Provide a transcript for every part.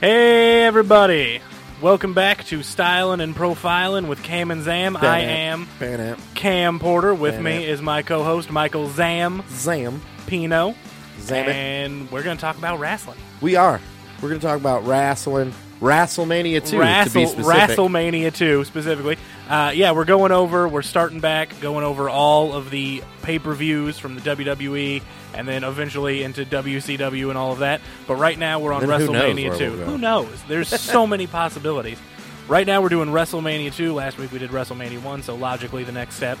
Hey, everybody. Welcome back to Styling and Profiling with Cam and Zam. I am Ban-amp. Cam Porter. With Damn me it. is my co host, Michael Zam Zam. Pino. Zam it. And we're going to talk about wrestling. We are. We're going to talk about wrestling. WrestleMania 2, to be Wrestle- specific. WrestleMania 2, specifically. Uh, yeah, we're going over, we're starting back, going over all of the pay per views from the WWE and then eventually into WCW and all of that. But right now we're on Then who knows WrestleMania where 2. we'll go. who knows? There's so many possibilities. Right now we're doing WrestleMania 2. Last week we did WrestleMania 1, so logically the next step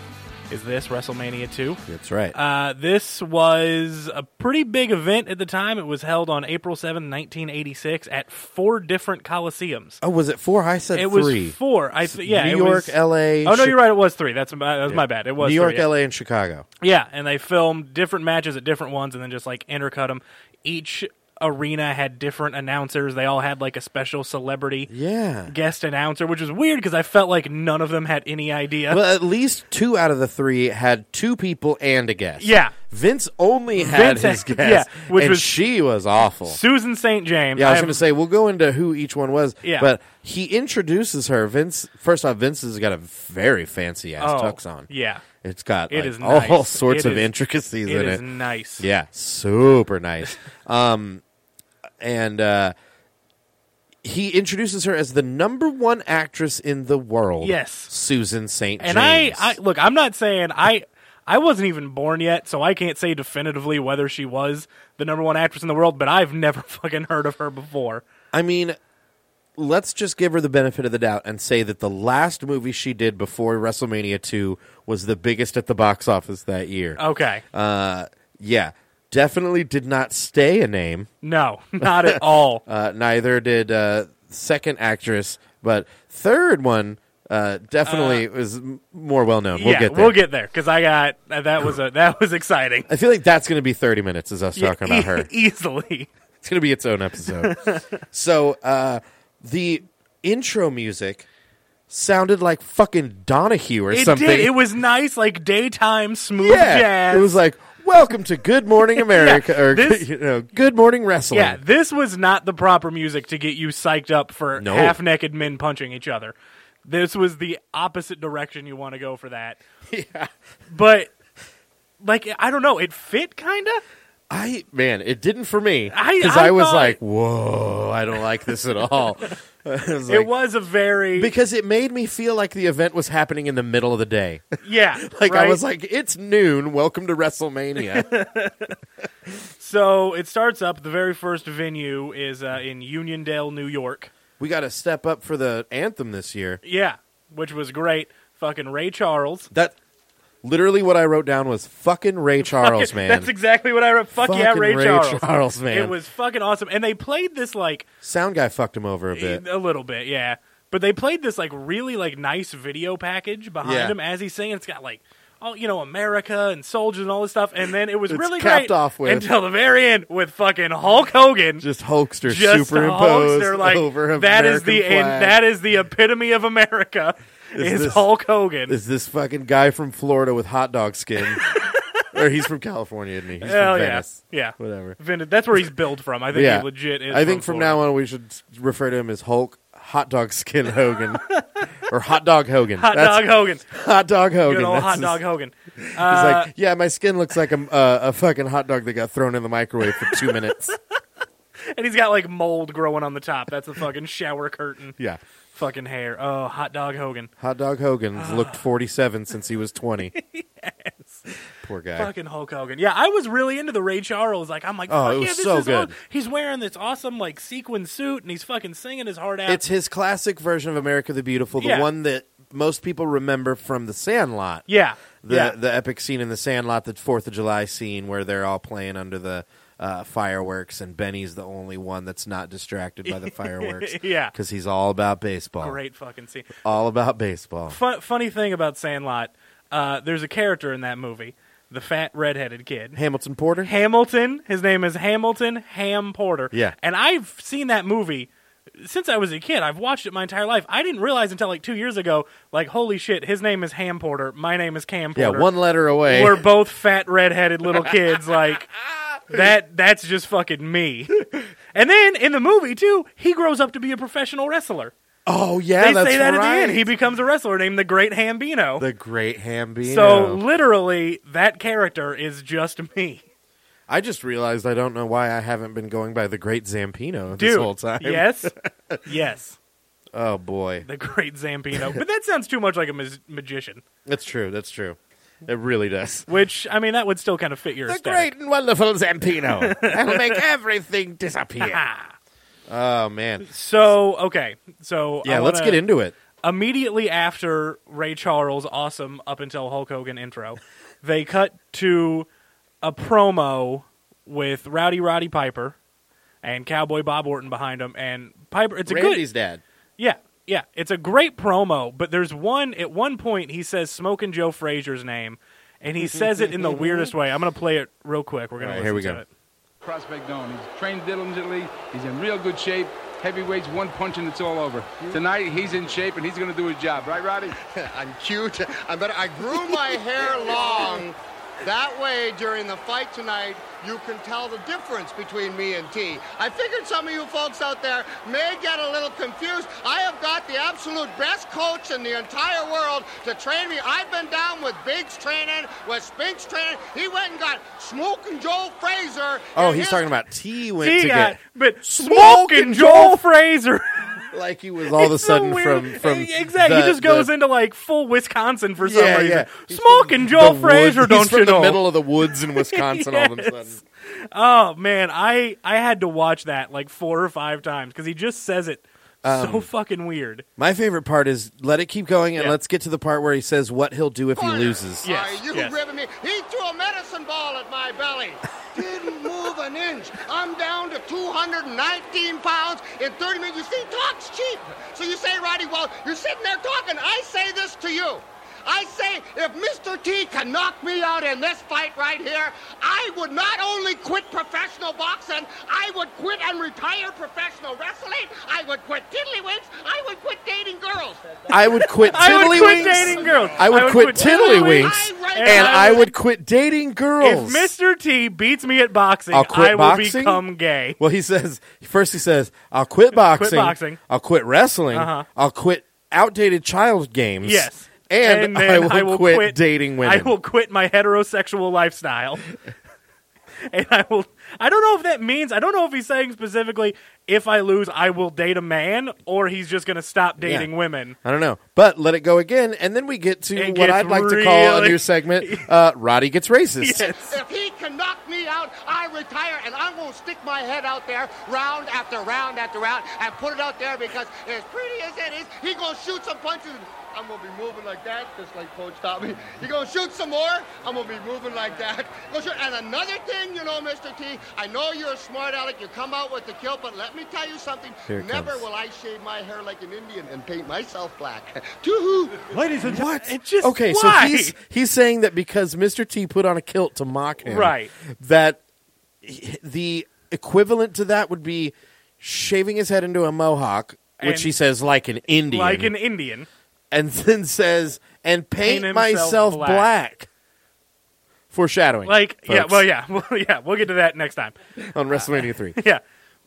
is this WrestleMania 2. That's right. Uh, this was a pretty big event at the time. It was held on April seventh, 1986, at four different coliseums. oh, was it four? I said It was three. four. I th- yeah, New it York, was- L.A. Oh no, Chi- you're right. It was three. That's my, that was my bad. It was New York, three, yeah. L.A., and Chicago. Yeah, and they filmed different matches at different ones, and then just like intercut them. Each arena had different announcers. They all had like a special celebrity Yeah. guest announcer, which was weird because I felt like none of them had any idea. Well, at least two out of the three had two people and a guest. Yeah. Vince only had Vince his had- guest. yeah, which and was- she was awful. Susan St. James. Yeah, I was have- going to say we'll go into who each one was. Yeah. but he introduces her. Vince. First off, Vince has got a very fancy ass Oh, tux on. Yeah, It's got It like, is all nice. sorts It of is- intricacies it in is it. nice. Yeah, super nice. um, and uh, he introduces her as the number one actress in the world. Yes. Susan Saint. And I, I look, I'm not saying I I wasn't even born yet, so I can't say definitively whether she was the number one actress in the world, but I've never fucking heard of her before. I mean, let's just give her the benefit of the doubt and say that the last movie she did before WrestleMania 2 was the biggest at the box office that year. Okay. Uh, yeah, definitely did not stay a name. no, not at all. Uh, neither did uh, second actress, but third one uh, definitely was m- more well known. We'll yeah, get there. we'll get there cuz I got uh, that was a that was exciting. I feel like that's going to be 30 minutes is us talking Yeah, about her. e- easily. It's going to be its own episode. so uh, the intro music sounded like fucking Donahue or It something. did. It was nice like daytime smooth yeah, jazz. it was like welcome to Good Morning America or this- you know Good Morning Wrestling. yeah, this was not the proper music to get you psyched up for No. half-naked men punching each other. This was the opposite direction you want to go for that. yeah. but like I don't know, it fit kind of. I man, it didn't for me I- because I, I was thought- like, "Whoa, I don't like this at all." I was It like- was a very because it made me feel like the event was happening in the middle of the day. yeah. Like I right? was like, "It's noon. Welcome to WrestleMania." so it starts up. The very first venue is uh, in Uniondale, New York. we got to step up for the anthem this year. Yeah, which was great. Fucking Ray Charles. That literally what I wrote down was fucking Ray Charles, man. That's exactly what I wrote. Fuck yeah, Fucking Ray, Ray Charles. Charles, man. It was fucking awesome. And they played this like Sound guy fucked him over a bit. a little bit, yeah. But they played this like really like nice video package behind Yeah. him as he's singing. It's got like all you know, America and soldiers and all this stuff. And then it was It's really capped great off with- until the very end with fucking Hulk Hogan. Just hoaxer just superimposed Hulkster, like, over a that is the American flag. that is the epitome of America Is is this- Hulk Hogan. is this fucking guy from Florida with hot dog skin. or he's from California, isn't he? He's Hell from yeah, Venice. yeah. Whatever. Vin- that's where he's billed from. I think yeah. he legit is. I think from, Florida. now on we should refer to him as Hulk Hot Dog Skin Hogan. or Hot Dog Hogan. hot That's- dog Hogan, Hot Dog Hogan. good old That's hot his- dog Hogan. he's Uh, like, yeah, my skin looks like a, uh, a fucking hot dog that got thrown in the microwave for two minutes. and he's got like mold growing on the top. That's the fucking shower curtain. Yeah. Fucking hair. Oh, hot dog Hogan. Hot Dog Ah. Hogan's looked 47 since he was 20. Poor guy. Fucking Hulk Hogan. Yeah, I was really into the Ray Charles. Like, I'm like, Oh, fuck it was yeah, this so is aw- good. He's wearing this awesome like sequin suit, and he's fucking singing his heart out. It's his classic version of America the Beautiful, the Yeah. one that most people remember from The Sandlot. yeah, The, yeah. the epic scene in The Sandlot, the 4th of July scene where they're all playing under the uh, fireworks, and Benny's the only one that's not distracted by the fireworks. Yeah. Because he's all about baseball. Great fucking scene. All about baseball. Fun, funny thing about Sandlot, uh, there's a character in that movie, the fat redheaded kid. Hamilton Porter? Hamilton. His name is Hamilton Ham Porter. Yeah. And I've seen that movie since I was a kid. I've watched it my entire life. I didn't realize until like two years ago, like, holy shit, his name is Ham Porter. My name is Cam yeah, Porter. one letter away. We're both fat redheaded little kids. Like that. That's just fucking me. And then in the movie too, he grows up to be a professional wrestler. Oh yeah, they that's say that right. at the end. He becomes a wrestler named the Great Hambino. the Great Hambino. so literally, that character is just me, I just realized I don't know why I haven't been going by the Great Zampino dude. this whole time. Yes, yes, Oh boy, the Great Zampino. But that sounds too much like a mag- magician. that's true. That's true. It really does. Which I mean, that would still kind of fit your The aesthetic. great and wonderful Zampino. That'll make everything disappear. Ah. oh man. So okay, so Yeah, I let's wanna- get into it. immediately after Ray Charles' awesome up until Hulk Hogan intro, they cut to a promo with Rowdy Roddy Piper and Cowboy Bob Orton behind him. And Piper, it's a Randy's good, dad. yeah, yeah, it's a great promo. But there's one at one point he says Smoking Joe Frazier's name, and he says it in the weirdest way. I'm gonna play it real quick. We're gonna All right, listen here we to go. it. Prospect Dome. He's trained diligently. He's in real good shape. Heavyweights, one punch and it's all over. Tonight, he's in shape and he's going to do his job. Right, Roddy? I'm cute. I'm better. I grew my hair long. That way, during the fight tonight, you can tell the difference between me and T. I figured some of you folks out there may get a little confused. I have got the absolute best coach in the entire world to train me. I've been down with Biggs training, with Spinks training. He went and got Smoke and Joe Fraser. Oh, and he's his talking about T went He to got, get but Smoking Smoking Joel Fraser. like he was all of a It's so sudden weird. from from exactly. the- he just goes the- into like full Wisconsin for some Yeah, yeah. reason. He's Smoking Joel Fraser, He's don't from you the know? middle of the woods in Wisconsin all of a sudden. Oh man, I I had to watch that like four or five times because he just says it Um, so fucking weird. My favorite part is let it keep going and Yeah. let's get to the part where he says what he'll do if he corner. loses. Yeah. Are you yes. ribbing me? He threw a medicine ball at my belly. Didn't move an inch. I'm down to 219 pounds in 30 minutes. You see, talk's cheap. So you say, Roddy, well, you're sitting there talking. I say this to you. I say, if Mr. T can knock me out in this fight right here, I would not only quit professional boxing, I would quit and retire professional wrestling, I would quit tiddlywinks, I would quit dating girls. I would quit I would quit tiddlywinks. dating girls. I would, quit, tiddlywinks, tiddlywinks, and I would quit dating girls. If Mr. T beats me at boxing, I'll quit I will boxing? become gay. well, he says first he says I'll quit boxing, boxing. I'll quit wrestling, Uh-huh. I'll quit outdated child games. Yes. and, then I, will quit, dating women. I will quit my heterosexual lifestyle. and I will I don't know if that means I don't know if he's saying specifically if I lose I will date a man or he's just going to stop dating Yeah. women. I don't know, but let it go again, and then we get to It what gets I'd like to call a really- new segment: uh, Roddy gets racist. Yes. If he can knock me out, I retire, and I'm gonna stick my head out there round after round after round and put it out there because as pretty as it is, he gonna shoot some punches. I'm gonna be moving like that, just like Coach taught me. You gonna shoot some more? I'm gonna be moving like that. Gonna shoot- And another thing, you know, Mr. T, I know you're a smart aleck. You come out with the kill, but let me tell you something. Here it Never comes. will I shave my hair like an Indian and paint myself black. Too-hoo. Ladies and what? It just Okay, why? so he's he's saying that because Mr. T put on a kilt to mock him, Right. That h- the equivalent to that would be shaving his head into a mohawk, And- which he says like an Indian, like an Indian. and then says and paint, Paint himself myself black. black." Foreshadowing, Like yeah, folks, well yeah, well, yeah, we'll get to that next time. on WrestleMania three. Yeah.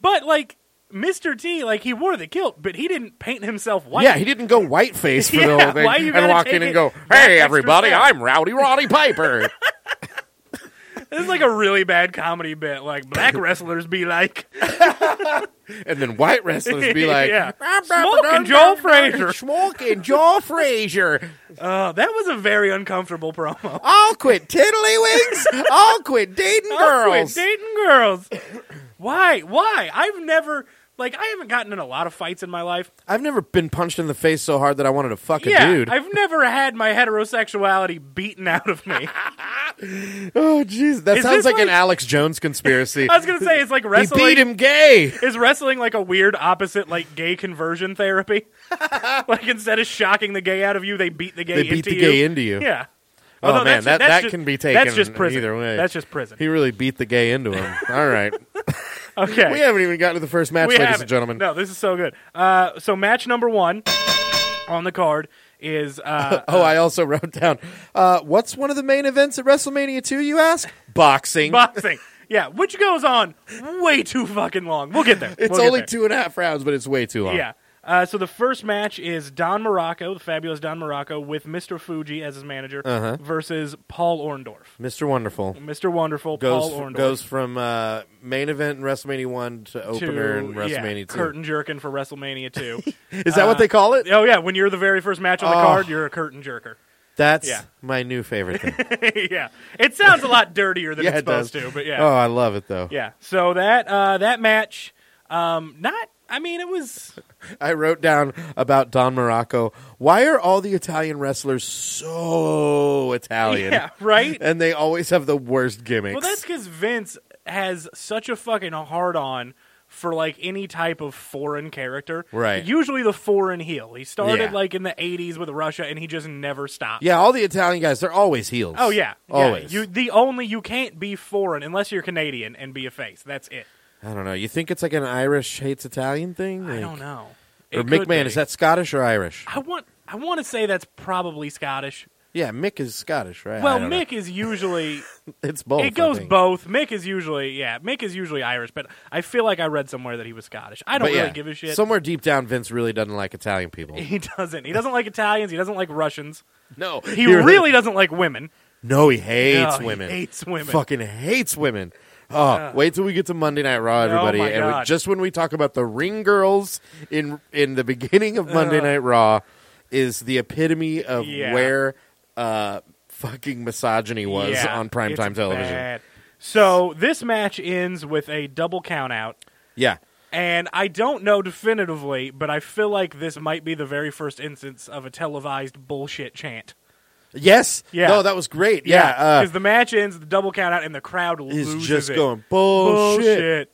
But like Mr. T, like he wore the kilt, but he didn't paint himself white. Yeah, he didn't go whiteface for the Yeah, whole thing why you and gotta walk take in and it go, that "Hey, extra everybody, step?" I'm Rowdy Roddy Piper." This is like a really bad comedy bit. Like black wrestlers be like, and then white wrestlers be like, Yeah. Smoking Joel Frazier. Smoking Joel Frazier. uh, that was a very uncomfortable promo. I'll quit tiddlywinks. I'll quit dating I'll quit girls. dating girls. Why? Why? I've never like I haven't gotten in a lot of fights in my life. I've never been punched in the face so hard that I wanted to fuck a yeah, dude. I've never had my heterosexuality beaten out of me. oh, jeez. That Is sounds this like, an like- Alex Jones conspiracy. I was gonna say it's like he wrestling. beat him gay. Is wrestling like a weird opposite, like gay conversion therapy? like instead of shocking the gay out of you, they beat the gay. They beat into the you? gay into you. Yeah. Oh, Although man, that's- that, that's that just- can be taken That's just prison. either way. That's just prison. he really beat the gay into him. All right. Okay. We haven't even gotten to the first match, We ladies haven't. and gentlemen. No, this is so good. Uh, so match number one on the card is uh, Oh, I also wrote down. Uh, what's one of the main events at WrestleMania 2, you ask? Boxing. boxing. Yeah, which goes on way too fucking long. We'll get there. It's We'll get only there. two and a half rounds, but it's way too long. Yeah. Uh, so the first match is Don Morocco, the fabulous Don Morocco, with Mr. Fuji as his manager Uh-huh. versus Paul Orndorff. Mr. Wonderful Mr. Wonderful, goes Paul Orndorff. goes from uh, main event in WrestleMania one to opener in yeah, WrestMania two. curtain jerking for WrestleMania 2. Is that what they call it? oh, yeah, when you're the very first match on the Oh. card, you're a curtain jerker. That's Yeah. my new favorite thing. yeah. It sounds a lot dirtier than yeah, it's it does. supposed to, but yeah. Oh, I love it though. Yeah. So that uh, that match, um, not. I mean, it was. I wrote down about Don Morocco. Why are all the Italian wrestlers so Italian? Yeah. Right. And they always have the worst gimmicks. Well, that's because Vince has such a fucking hard on for like any type of foreign character. Right. Usually the foreign heel. He started Yeah. like in the '80s with Russia, and he just never stopped. yeah, all the Italian guys, they're always heels. Oh yeah. Yeah. Always. You the only you can't be foreign unless you're Canadian and be a face. That's it. I don't know. You think it's like an Irish hates Italian thing? I Like- don't know. Or It could McMahon, be. is that Scottish or Irish? I want. I want to say that's probably Scottish. Yeah, Mick is Scottish, right? Well, I don't know. Mick is usually It's both. I it goes think. both. Mick is usually yeah. Mick is usually Irish, but I feel like I read somewhere that he was Scottish. I don't But really yeah, give a shit. Somewhere deep down, Vince really doesn't like Italian people. He doesn't. He doesn't like Italians. He doesn't like Russians. no, He really doesn't like women. No, he hates No, he women. hates women. Fucking hates women. Oh, wait till we get to Monday Night Raw, everybody. Oh my and we- God. just when we talk about the ring girls in in the beginning of Monday Night Raw, is the epitome of Yeah. where uh, fucking misogyny was Yeah, on primetime it's television. bad. So this match ends with a double countout, Yeah, and I don't know definitively, but I feel like this might be the very first instance of a televised bullshit chant. Yes. Yeah. No, that was great. Yeah. because uh, the match ends, the double countout, and the crowd is loses just it. going bullshit,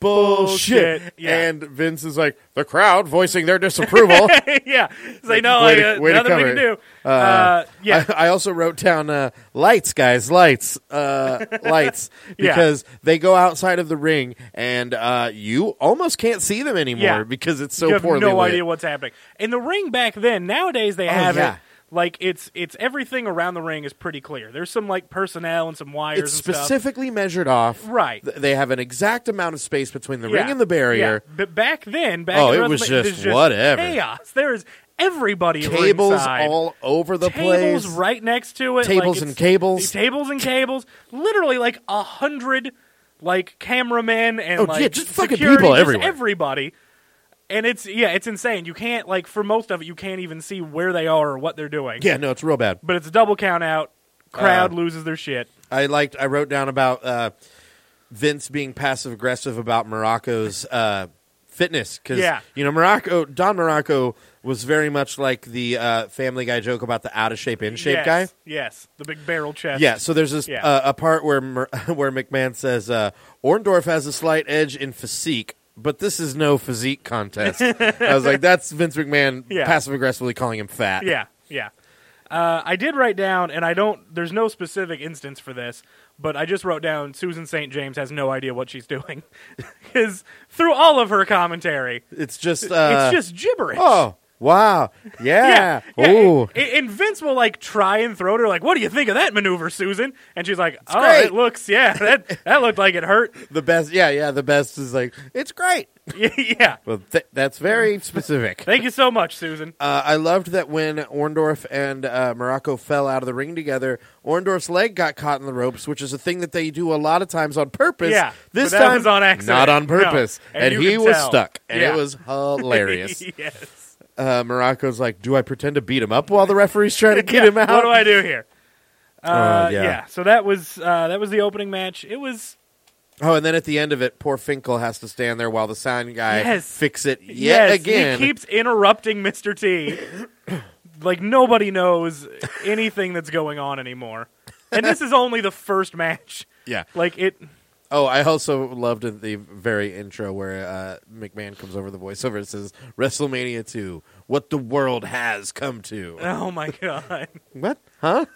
Bullshit, bullshit, bullshit." Yeah. and Vince is like the crowd voicing their disapproval. yeah, it's like no, Way like, to- uh, way to nothing we cover can do. it. Uh, yeah, I, I also wrote down uh, lights, guys, lights, uh, lights, Yeah. because they go outside of the ring and uh, you almost can't see them anymore Yeah. because it's so you have poorly no lit. idea what's happening. And the ring back then, nowadays they have yeah. it like it's it's everything around the ring is pretty clear. There's some like personnel and some wires it's and stuff. specifically measured off. Right. Th- They have an exact amount of space between the Yeah, ring and the barrier. yeah. But back then, back Oh, in it was WrestleMania, just there's whatever. chaos. There is everybody at Cables ringside. all over the tables place. right next to it. Tables like, and it's- cables. Tables and cables. Literally like a hundred like cameramen and Oh, like yeah, just fucking security, people just everywhere. Everybody. And it's yeah, it's insane. You can't like for most of it, you can't even see where they are or what they're doing. Yeah, no, it's real bad. But it's a double count out. Crowd Uh, loses their shit. I liked. I wrote down about uh, Vince being passive aggressive about Morocco's uh, fitness because Yeah. you know Morocco Don Morocco was very much like the uh, Family Guy joke about the out of shape in yes, shape guy. Yes, the big barrel chest. Yeah, so there's this Yeah. uh, a part where Mor- where McMahon says uh, Orndorff has a slight edge in physique, but this is no physique contest. I was like, that's Vince McMahon Yeah. passive aggressively calling him fat. Yeah, yeah. Uh, I did write down, and I don't. There's no specific instance for this, but I just wrote down Susan St. James has no idea what she's doing, because through all of her commentary, it's just uh, it's just gibberish. oh wow yeah, yeah. yeah ooh. and, and Vince will like try and throw to her like, "What do you think of that maneuver, Susan?" And she's like, "Oh, great." it looks yeah, that that looked like it hurt." The best, yeah, yeah. The best is like it's great. yeah. Well, th- that's very specific. Thank you so much, Susan. Uh, I loved that when Orndorff and uh, Morocco fell out of the ring together, Orndorff's leg got caught in the ropes, which is a thing that they do a lot of times on purpose. Yeah, this but that time was on accident. not on No, purpose, and and, you he could was tell. stuck, and Yeah. it was hilarious. yes. uh, Morocco's like, "Do I pretend to beat him up while the referee's trying to get him out?" What do I do here? Uh, yeah. yeah. So that was uh, that was the opening match. It was Oh, and then at the end of it, poor Finkel has to stand there while the sound guy Yes. fix it yet yes, again. He keeps interrupting Mr. T. like nobody knows anything that's going on anymore. And this is only the first match. yeah. Like it Oh, I also loved at the very intro where uh, McMahon comes over the voiceover and says, WrestleMania 2, what the world has come to. Oh my god. what? Huh?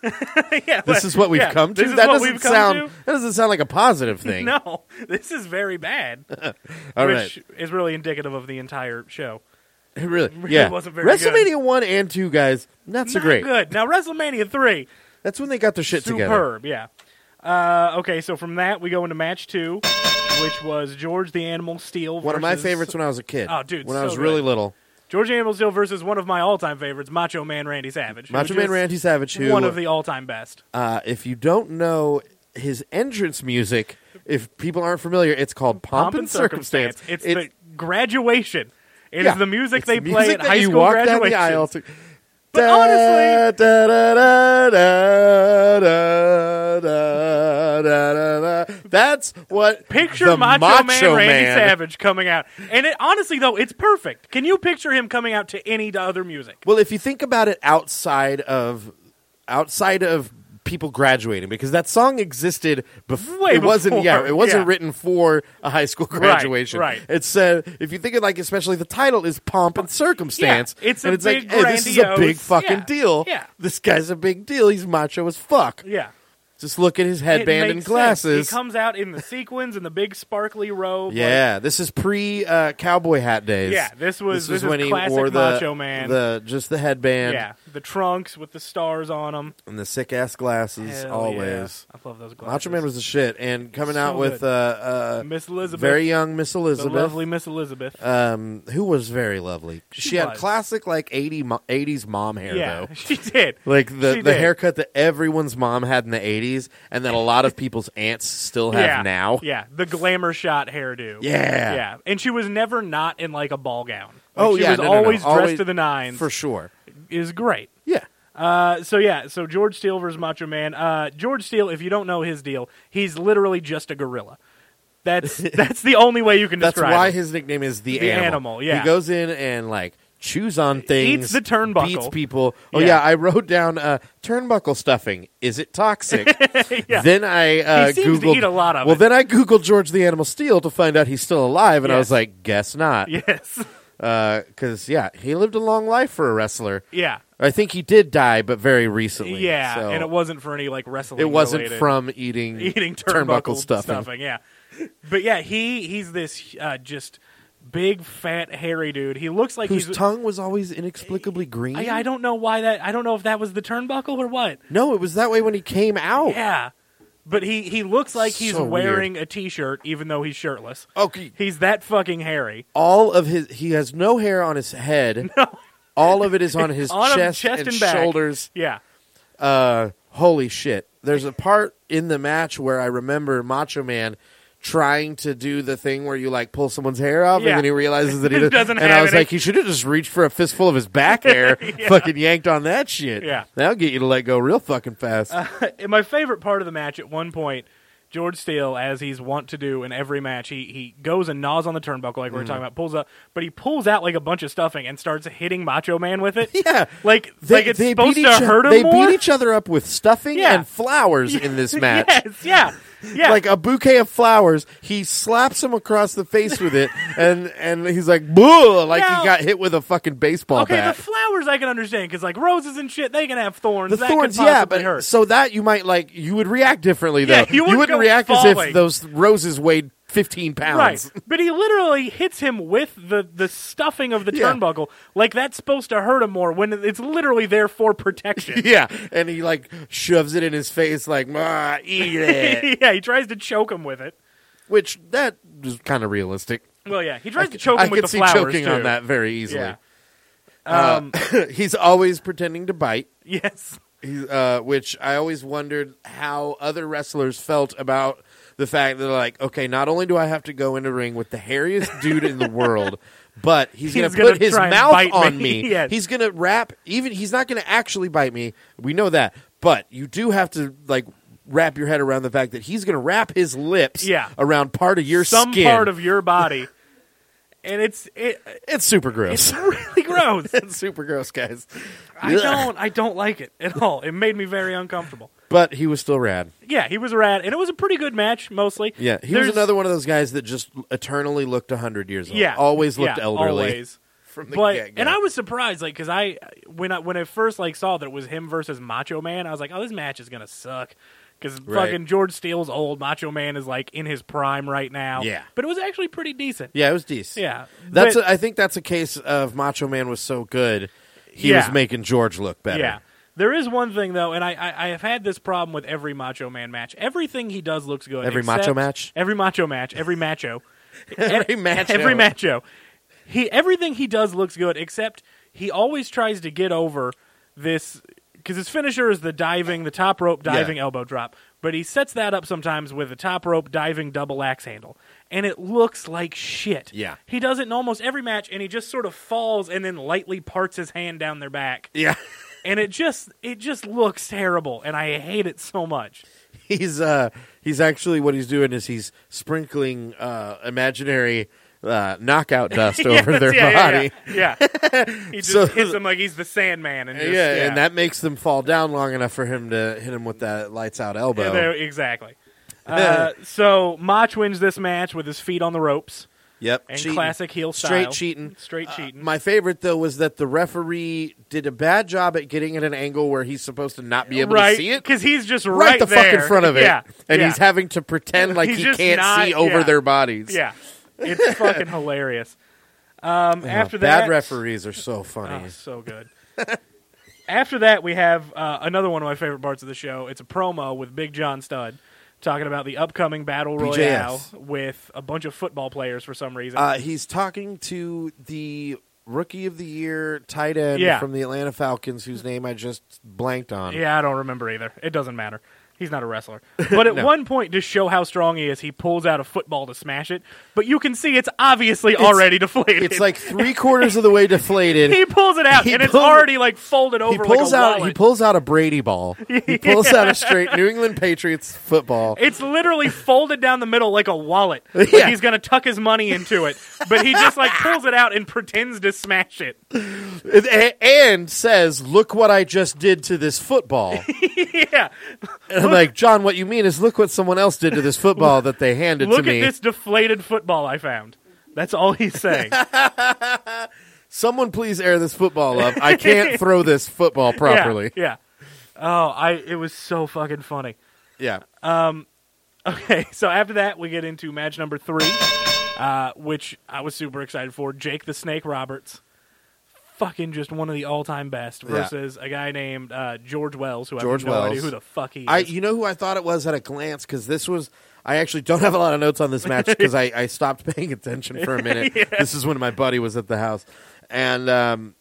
yeah, This is what we've yeah, come to? This is that what doesn't we've come sound to? that doesn't sound like a positive thing. No, this is very bad, All right. which is really indicative of the entire show. It really, really yeah. wasn't very WrestleMania 1 and 2 guys, not so Not great. good. Now WrestleMania three, That's when they got their shit together. superb. Yeah. Uh, okay, so from that we go into match two, which was George the Animal Steel. One of my versus- favorites when I was a kid. Oh, dude, when I so was really good. little. George the Animal Steel versus one of my all-time favorites, Macho Man Randy Savage. who Macho Man just- Randy Savage, who one of the all-time best. uh, if you don't know his entrance music, if people aren't familiar, it's called Pomp, and Circumstance. It's, the graduation. It is yeah, the music it's they the play music at that high you school walk graduation. Down the aisle to, But honestly- da, da, da, da, da, da, da, da, da. that's what Picture the Macho, Man Randy Man- Savage coming out, and it, honestly though it's perfect. Can you picture him coming out to any other music? Well, if you think about it outside of outside of people graduating, because that song existed before. Way it wasn't. Yeah, before, it wasn't yeah. written for a high school graduation. right. It said if you think of like especially the title is pomp and circumstance. Yeah, it's and a it's big like, hey, this is a big grandiose- fucking yeah, deal. yeah. this guy's a big deal. He's macho as fuck. Yeah, Just look at his It headband makes and sense. glasses. He comes out in the sequins and the big sparkly robe. like, yeah, this is pre uh, cowboy hat days. Yeah, this was- this this, is is when he classic wore the Macho Man. the just the headband yeah. The trunks with the stars on them. and the sick ass glasses always. I love those glasses. Macho Man was the shit, and coming So out with uh, good. uh, Miss Elizabeth, very young Miss the Elizabeth, lovely Miss Elizabeth. um, who was very lovely. She, had was. classic like 80 mo- 80s mom hair yeah, though. she did. Like the, She the did. haircut that everyone's mom had in the 80s, and that a lot of people's aunts still have yeah, now. Yeah, the glamour shot hairdo. Yeah. yeah, and she was never not in like a ball gown. Like, Oh she yeah, was no, no, no. always dressed to the nines. for sure. is great. Yeah, Uh, so yeah, so George Steele versus Macho Man. Uh, George Steele, if you don't know his deal, he's literally just a gorilla. That's that's the only way you can that's describe. why him. his nickname is the, The animal. Animal, yeah. he goes in and like chews on things, Eats the turnbuckle. beats people. Oh yeah, Yeah. I wrote down uh, turnbuckle stuffing. Is it toxic? Yeah. Then I uh, He seems to googled eat a lot of Well, it. then I googled George the Animal Steel to find out he's still alive, and I Yes. was like, guess not, yes, because yeah. he lived a long life for a wrestler. yeah, I think he did die, but very recently. yeah, so and it wasn't for any like wrestling. it wasn't related- from eating eating turnbuckle, turnbuckle, stuffing. Yeah, but yeah, he he's this uh, just big fat hairy dude. He looks like whose he's. tongue was always inexplicably green. I, I don't know why that. I don't know if that was the turnbuckle or what. No, it was that way when he came out. Yeah, but he he looks like he's Oh. So weird. wearing a t-shirt even though he's shirtless. Okay, He's that fucking hairy. all of his he has no hair on his head. All of it is on his On him, chest, chest and, and back. shoulders. Yeah. Uh, holy shit! There's a part in the match where I remember Macho Man trying to do the thing where you like pull someone's hair off, Yeah. and then he realizes that he Doesn't doesn't. and I have was any. like, he should have just reached for a fistful of his back hair, fucking yanked on that shit. Yeah. Uh, that'll get you to let go real fucking fast. And my favorite part of the match at one point, George Steele, as he's wont to do in every match, he he goes and gnaws on the turnbuckle like we Mm-hmm. were talking about, pulls up, but he pulls out like a bunch of stuffing and starts hitting Macho Man with it. yeah. Like like it's supposed beat to each, hurt him They more. beat each other up with stuffing Yeah. and flowers in this match. Yes, yeah. Yeah. like a bouquet of flowers. He slaps him across the face with it, and and he's like, "Boo!" Like Now- he got hit with a fucking baseball okay, bat. the flowers I can understand cuz like roses and shit, they can have thorns. The that thorns, could yeah, possibly but hurt. so that you might like you would react differently though. Yeah, you wouldn't wouldn't go react as if falling. those roses weighed fifteen pounds. Right, but he literally hits him with the, the stuffing of the Yeah. turnbuckle, like that's supposed to hurt him more. When it's literally there for protection. Yeah, and he like shoves it in his face, like "Ah, eat it," yeah, he tries to choke him with it. which that is kind of realistic. Well, yeah, he tries I to choke I him with could the see flowers choking too. on that very easily. Uh, Yeah. Um, He's always pretending to bite. Yes. He's, uh, which I always wondered how other wrestlers felt about the fact that, like, okay, not only do I have to go into ring with the hairiest dude in the world, but he's, going He's to gonna put his try and mouth bite on me. me. Yes. He's going to wrap. Even he's not going to actually bite me. We know that, but you do have to like wrap your head around the fact that he's going to wrap his lips Yeah. around part of your Some skin. part of your body. and it's it it's super gross. it's really gross. It's super gross, guys. I don't I don't like it at all. It made me very uncomfortable. But he was still rad. Yeah, he was a rat, and it was a pretty good match mostly. Yeah, he There's- was another one of those guys that just eternally looked 100 years old. Yeah, Always looked yeah, elderly. Always. From the but get-go. and I was surprised, like, because I when I when I first like saw that it was him versus Macho Man, I was like, oh, this match is gonna suck because Right. fucking George Steele's old, Macho Man is like in his prime right now. Yeah. but it was actually pretty decent. Yeah, it was decent. Yeah. That's But- a, I think that's a case of Macho Man was so good, he Yeah. was making George look better. yeah. There is one thing though, and I, I I have had this problem with every Macho Man match. Everything he does looks good. Every except- Macho match? Every Macho match. Every Macho. Every E- macho. Every Macho. He everything he does looks good except he always tries to get over this because his finisher is the diving, the top rope diving elbow drop. But he sets that up sometimes with a top rope diving double axe handle, and it looks like shit. Yeah. he does it in almost every match, and he just sort of falls and then lightly parts his hand down their back Yeah. and it just it just looks terrible and i hate it so much he's uh he's actually what he's doing is he's sprinkling uh imaginary uh knockout dust over their yeah, yeah, body. yeah, yeah. he just So- hits him like he's the sandman and Yeah, just, yeah, and that makes them fall down long enough for him to hit him with that lights out Yeah, elbow. there- exactly uh, so Mach wins this match with his feet on the ropes Yep. and cheating. classic heel style. Straight cheating. Uh, Straight cheating. My favorite though was that the referee did a bad job at getting at an angle where he's supposed to not be able right, to see it. because he's just Right, right, the there. fuck in front of it. Yeah, and yeah. he's having to pretend like He's he just can't not- see over yeah. their bodies. yeah. It's fucking hilarious. Um, after that, Oh, bad referees are so funny. Oh, so good. After that, we have uh, another one of my favorite parts of the show. It's a promo with Big John Studd talking about the upcoming battle royale BJS. with a bunch of football players for some reason. Uh, he's talking to the rookie of the year tight end Yeah. from the Atlanta Falcons, whose name I just blanked on. yeah, I don't remember either. It doesn't matter. He's not a wrestler. But at No. one point, to show how strong he is, he pulls out a football to smash it. But you can see it's obviously already deflated. It's like three quarters of the way deflated. he pulls it out He and it's pulls- already like folded over. He pulls like a out Wallet. he pulls out a Brady ball. He pulls out a straight New England Patriots football. It's literally folded down the middle like a wallet. Like Yeah. he's gonna tuck his money into it, but he just like pulls it out and pretends to smash it. A- and says, "Look what I just did to this football." Yeah, And I'm like, "John, what you mean is look what someone else did to this football that they handed look to me. at this deflated football I found. That's all he's saying. Someone please air this football up. I can't throw this football properly." Yeah, yeah. Oh, I. It was so fucking funny. Yeah. Okay, so after that we get into match number three, uh, which I was super excited for. Jake the Snake Roberts. Fucking just one of the all-time best versus a guy named uh, George Wells, who George I have no idea Wells. who the fuck he is. I you know who I thought it was at a glance because this was I actually don't have a lot of notes on this match because I, I stopped paying attention for a minute. This is when my buddy was at the house, and um,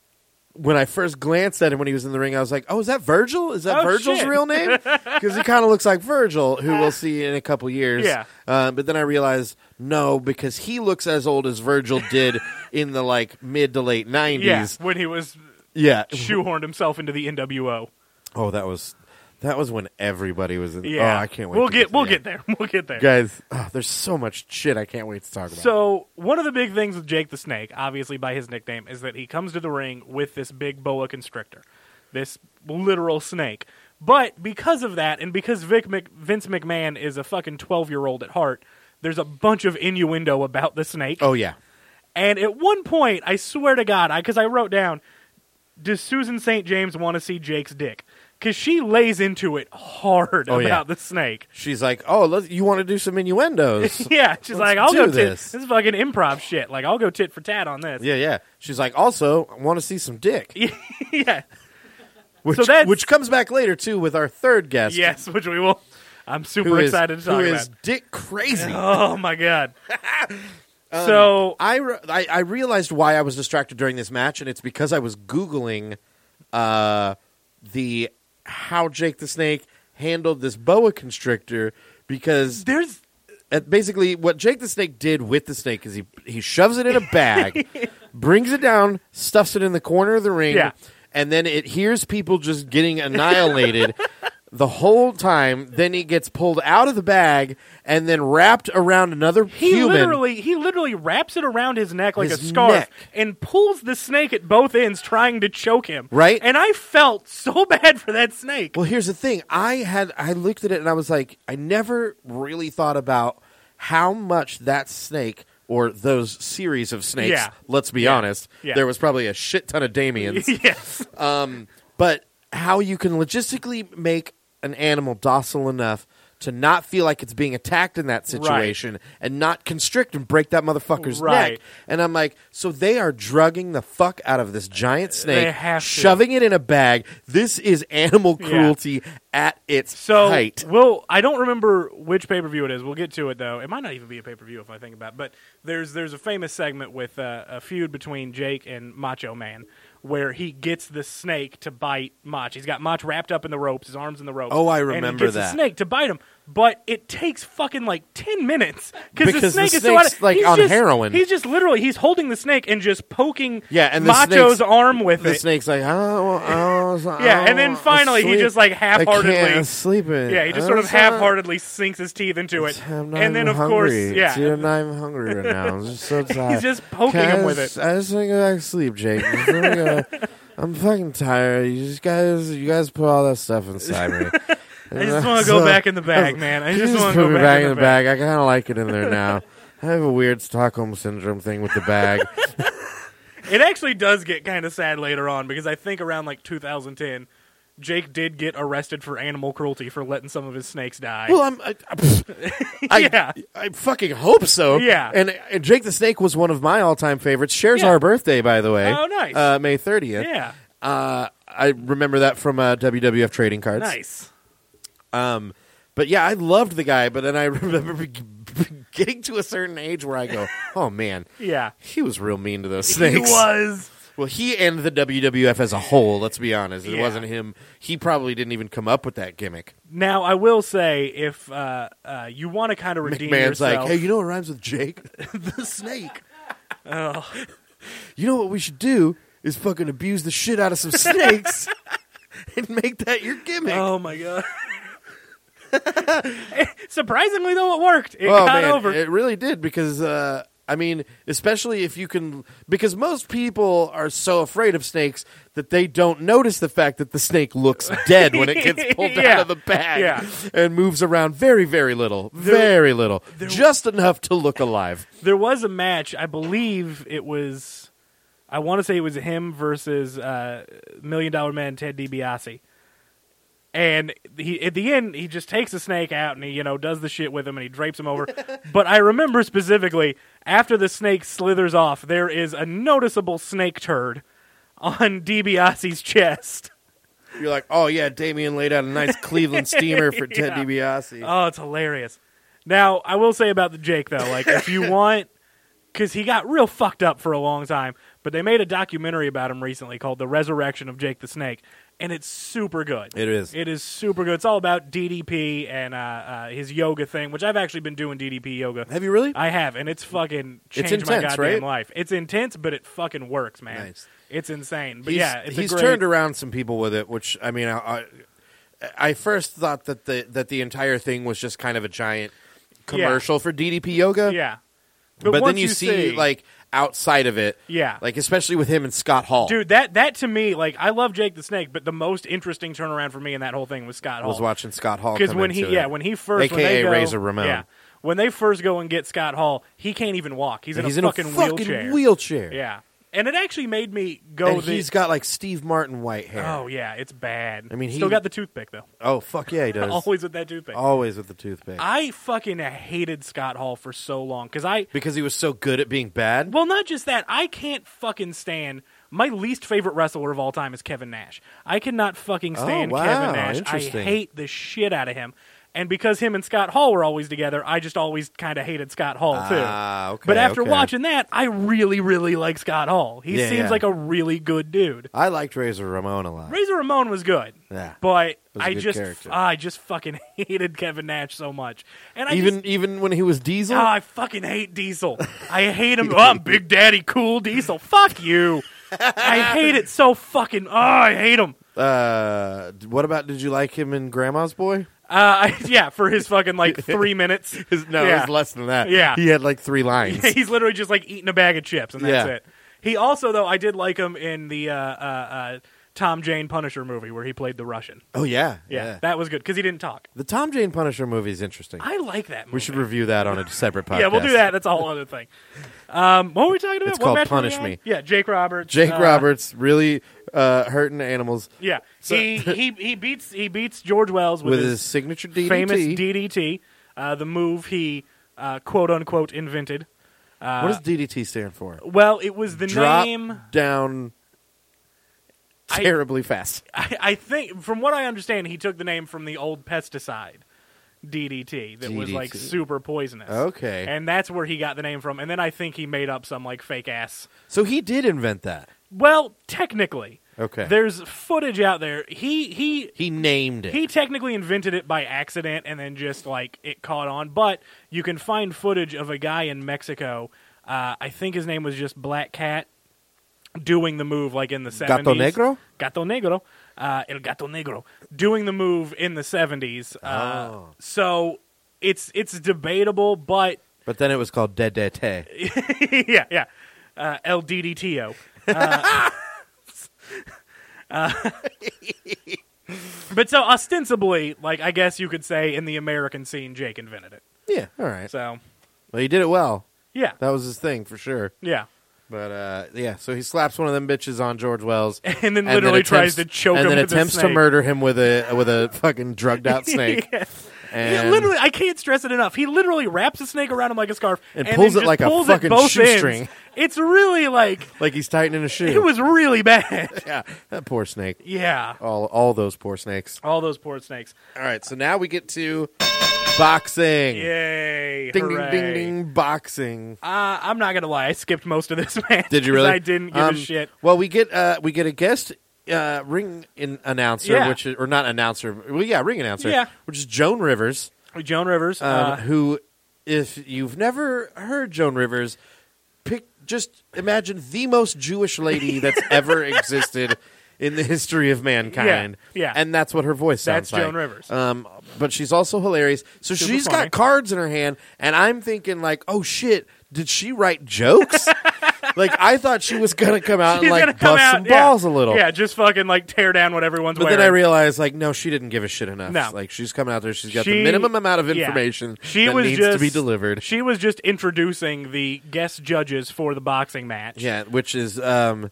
when I first glanced at him when he was in the ring, I was like, "Oh, is that Virgil? Is that Oh, Virgil's shit. real name?" Because he kind of looks like Virgil, who we'll see in a couple years. Yeah. Uh, but then I realized no, because he looks as old as Virgil did in the like mid to late Yeah, nineties. when he was Yeah. shoehorned himself into the NWO. Oh, that was that was when everybody was in. Yeah, Oh, I can't wait. We'll to get to we'll the get end. there. We'll get there. guys oh, there's so much shit i can't wait to talk about So one of the big things with Jake the Snake, obviously by his nickname, is that he comes to the ring with this big boa constrictor, this literal snake. But because of that, and because Vic Mc- Vince McMahon is a fucking twelve year old at heart, there's a bunch of innuendo about the snake. oh yeah And at one point, I swear to God, because I, wrote down, does Susan St. James want to see Jake's dick? Because she lays into it hard Oh, about yeah. the snake. she's like oh let you want to do some innuendos Yeah, she's like, I'll do go tit. this." This. is fucking improv shit. Like, I'll go tit for tat on this. yeah yeah she's like also i want to see some dick yeah. which, so that's- which comes back later too with our third guest Yes, which we will. I'm who super is- excited to talk who about. is dick crazy Oh my god. so Um, I, re- I i realized why i was distracted during this match and it's because i was googling uh the how jake the snake handled this boa constrictor because there's at uh, basically what Jake the Snake did with the snake is he he shoves it in a bag, brings it down, stuffs it in the corner of the ring, Yeah. and then it hears people just getting annihilated the whole time. Then he gets pulled out of the bag and then wrapped around another he human. literally he literally wraps it around his neck like His a scarf neck. and pulls the snake at both ends trying to choke him. Right. And I felt so bad for that snake. Well, here's the thing. I had I looked at it and I was like, I never really thought about how much that snake or those series of snakes. Yeah. Let's be honest. Yeah. There was probably a shit ton of Damians. yes. Um, but how you can logistically make an animal docile enough to not feel like it's being attacked in that situation and not constrict and break that motherfucker's Right. neck. And I'm like, so they are drugging the fuck out of this giant snake, have to. shoving it in a bag. This is animal cruelty at its So height. we'll I don't remember which pay per view it is. We'll get to it though. It might not even be a pay per view if I think about. it. But there's there's a famous segment with uh, a feud between Jake and Macho Man where he gets the snake to bite Mach. He's got Mach wrapped up in the ropes, his arms in the ropes. Oh, I and remember he gets that. The snake to bite him, but it takes fucking like ten minutes the Because the snake is so out of- snake's, like, he's on just- heroin. He's just literally he's holding the snake and just poking Yeah, and the Macho's snake's- arm with the it. snake's like, oh, oh, oh Yeah, and then finally he just, like, half-heartedly- I'm sleeping. Yeah, he just I'm sort of sorry. half-heartedly sinks his teeth into it, I'm not and then even of hungry. course, yeah, Dude, I'm not even hungry right now. I'm just so tired. just poking Can I him with just- it. I just want to go back to sleep, Jake. I'm, just gonna go- I'm fucking tired. You just guys, you guys put all that stuff inside me. I just want to go back in the bag, man. I You just want to go put me back, back in the bag. bag. I kind of like it in there now. I have a weird Stockholm syndrome thing with the bag. It actually does get kind of sad later on because I think around like 2010, Jake did get arrested for animal cruelty for letting some of his snakes die. Well, I'm. I, I, Yeah. I fucking hope so. Yeah. And, and Jake the Snake was one of my all-time favorites. Shares Yeah. our birthday, by the way. Oh, nice. Uh, May thirtieth. yeah, Uh, I remember that from uh, WWF trading cards. nice. Um, but yeah, I loved the guy. But then I remember getting to a certain age where I go, "Oh man, Yeah, he was real mean to those snakes." he was. Well, he and the WWF as a whole. Let's be honest. It Yeah. wasn't him. He probably didn't even come up with that gimmick. Now I will say, if uh, uh, you want to kind of redeem McMahon's yourself, like, "Hey, you know what rhymes with Jake? the snake." Oh. You know what we should do is fucking abuse the shit out of some snakes and make that your gimmick. oh my god. Surprisingly, though, it worked. It Oh, got man, over. It really did because uh, I mean, especially if you can, because most people are so afraid of snakes that they don't notice the fact that the snake looks dead when it gets pulled Yeah. out of the bag Yeah. and moves around very, very little, very little, just enough to look alive. there was a match. I believe it was. I want to say it was him versus uh, Million Dollar Man Ted DiBiase. And he at the end he just takes the snake out and he you know does the shit with him and he drapes him over. but I remember specifically after the snake slithers off, there is a noticeable snake turd on DiBiase's chest. You're like, oh yeah, Damien laid out a nice Cleveland steamer for Ted Yeah. DiBiase. Oh, it's hilarious. Now, I will say about the Jake though, like if you want, because he got real fucked up for a long time, but they made a documentary about him recently called "The Resurrection of Jake the Snake," and it's super good. It is. It is super good. It's all about DDP and uh, uh, his yoga thing, which I've actually been doing DDP yoga. Have you really? I have, and it's fucking changed my intense, goddamn right? life. It's intense, but it fucking works, man. Nice. It's insane, but he's, yeah, it's a he's great- turned around some people with it, which I mean, I, I, I first thought that the that the entire thing was just kind of a giant commercial for DDP yoga. Yeah, but, then once you, see, like outside of it, Yeah. like especially with him and Scott Hall. Dude, that that to me, like I love Jake the Snake, but the most interesting turnaround for me in that whole thing was Scott I Hall. was watching Scott Hall because come when he into yeah it. when he first when AKA they go, Razor Ramon. yeah when they first go and get Scott Hall, he can't even walk. He's in he's a in fucking a fucking wheelchair. wheelchair. Yeah, and it actually made me go. and the, he's got like Steve Martin white hair. oh yeah, it's bad. I mean, he- still got the toothpick though. Oh, fuck yeah, he does. Always with that toothpick. Always with the toothpick I fucking hated Scott Hall for so long because I because he was so good at being bad. Well, not just that. I can't fucking stand. My least favorite wrestler of all time is Kevin Nash. I cannot fucking stand Oh, wow. Kevin Nash. I Interesting. hate the shit out of him. And because him and Scott Hall were always together, I just always kind of hated Scott Hall too. Ah, okay, but after okay. watching that, I really, really like Scott Hall. He Yeah, seems yeah. like a really good dude. I liked Razor Ramon a lot. Razor Ramon was good, Yeah. but Was a I good just, character. I just fucking hated Kevin Nash so much. And I even just- even when he was Diesel. Oh, I fucking hate Diesel. I hate him. Oh, I'm Big Daddy Cool Diesel. Fuck you. I hate it so fucking. Oh, I hate him. Uh, what about did you like him in Grandma's Boy? Uh, I- yeah, for his fucking like three minutes. No, yeah. it was less than that. Yeah. he had like three lines. He's literally just like eating a bag of chips, and that's Yeah. it. He also, though, I did like him in the uh, uh, uh, Tom Jane Punisher movie where he played the Russian. Oh yeah, Yeah, yeah. that was good because he didn't talk. the Tom Jane Punisher movie is interesting. I like that. Movie. we should review that on a separate podcast. Yeah, we'll do that. That's a whole other thing. Um, what were we talking about? It's What called match were we Punish on? Me. Yeah, Jake Roberts. Jake uh, Roberts really uh, hurting animals Yeah, So- he, he he beats he beats George Wells with, with his signature DDT. famous DDT, uh, the move he uh, quote unquote invented. what uh, does DDT stand for? Well, it was the Drop name. down I- terribly fast. I, I think, from what I understand, he took the name from the old pesticide DDT that was like DDT. super poisonous. Okay. and that's where he got the name from. And then I think he made up some like fake ass. So he did invent that. Well, technically, Okay. there's footage out there. He he he named it. He technically invented it by accident and then just like it caught on. But you can find footage of a guy in Mexico. Uh, I think his name was just Black Cat doing the move like in the 70s. Gato Negro? Gato Negro. Uh, El Gato Negro. Doing the move in the 70s. Uh, Oh. So it's it's debatable, but but then it was called DDT. yeah, yeah. Uh, LDDTO. Uh, uh, but so ostensibly, like I guess you could say in the American scene, Jake invented it. Yeah, all right. So well, he did it well. yeah, That was his thing for sure. yeah. But uh, yeah, so he slaps one of them bitches on George Wells, And then literally tries to choke and him then with a attempts to snake. murder him with a with a fucking drugged out snake. He And literally, I can't stress it enough. He literally wraps a snake around him like a scarf And then pulls it just like a pulls fucking both shoestring. ends. It's really like like he's tightening a shoe. it was really bad. yeah, that poor snake. Yeah, All all those poor snakes. all those poor snakes. All right, so now we get to boxing. Yay! Ding ding ding hooray. ding boxing. Uh, I'm not gonna lie, I skipped most of this match. Did you 'cause really? I didn't give Um, a shit. Well, we get uh, we get a guest uh, ring in- announcer, Yeah. which is, or not announcer. Well, yeah, ring announcer. Yeah. which is Joan Rivers, Joan Rivers. um, uh, who, if you've never heard Joan Rivers, pick just imagine the most Jewish lady that's ever existed. In the history of mankind, yeah. and that's what her voice sounds That's like. Joan Rivers. um, but she's also hilarious. So Super she's funny. got cards in her hand, and I'm thinking like, oh shit, did she write jokes? like I thought she was gonna come out uh, she's and gonna like come bust out, some yeah. balls a little. Yeah, just fucking like tear down what everyone's But wearing. then I realized, like, no, she didn't give a shit enough. No. Like, she's coming out there. She's got She- the minimum amount of yeah. information She that was needs to just- be delivered. she was just introducing the guest judges for the boxing match. yeah, which is um,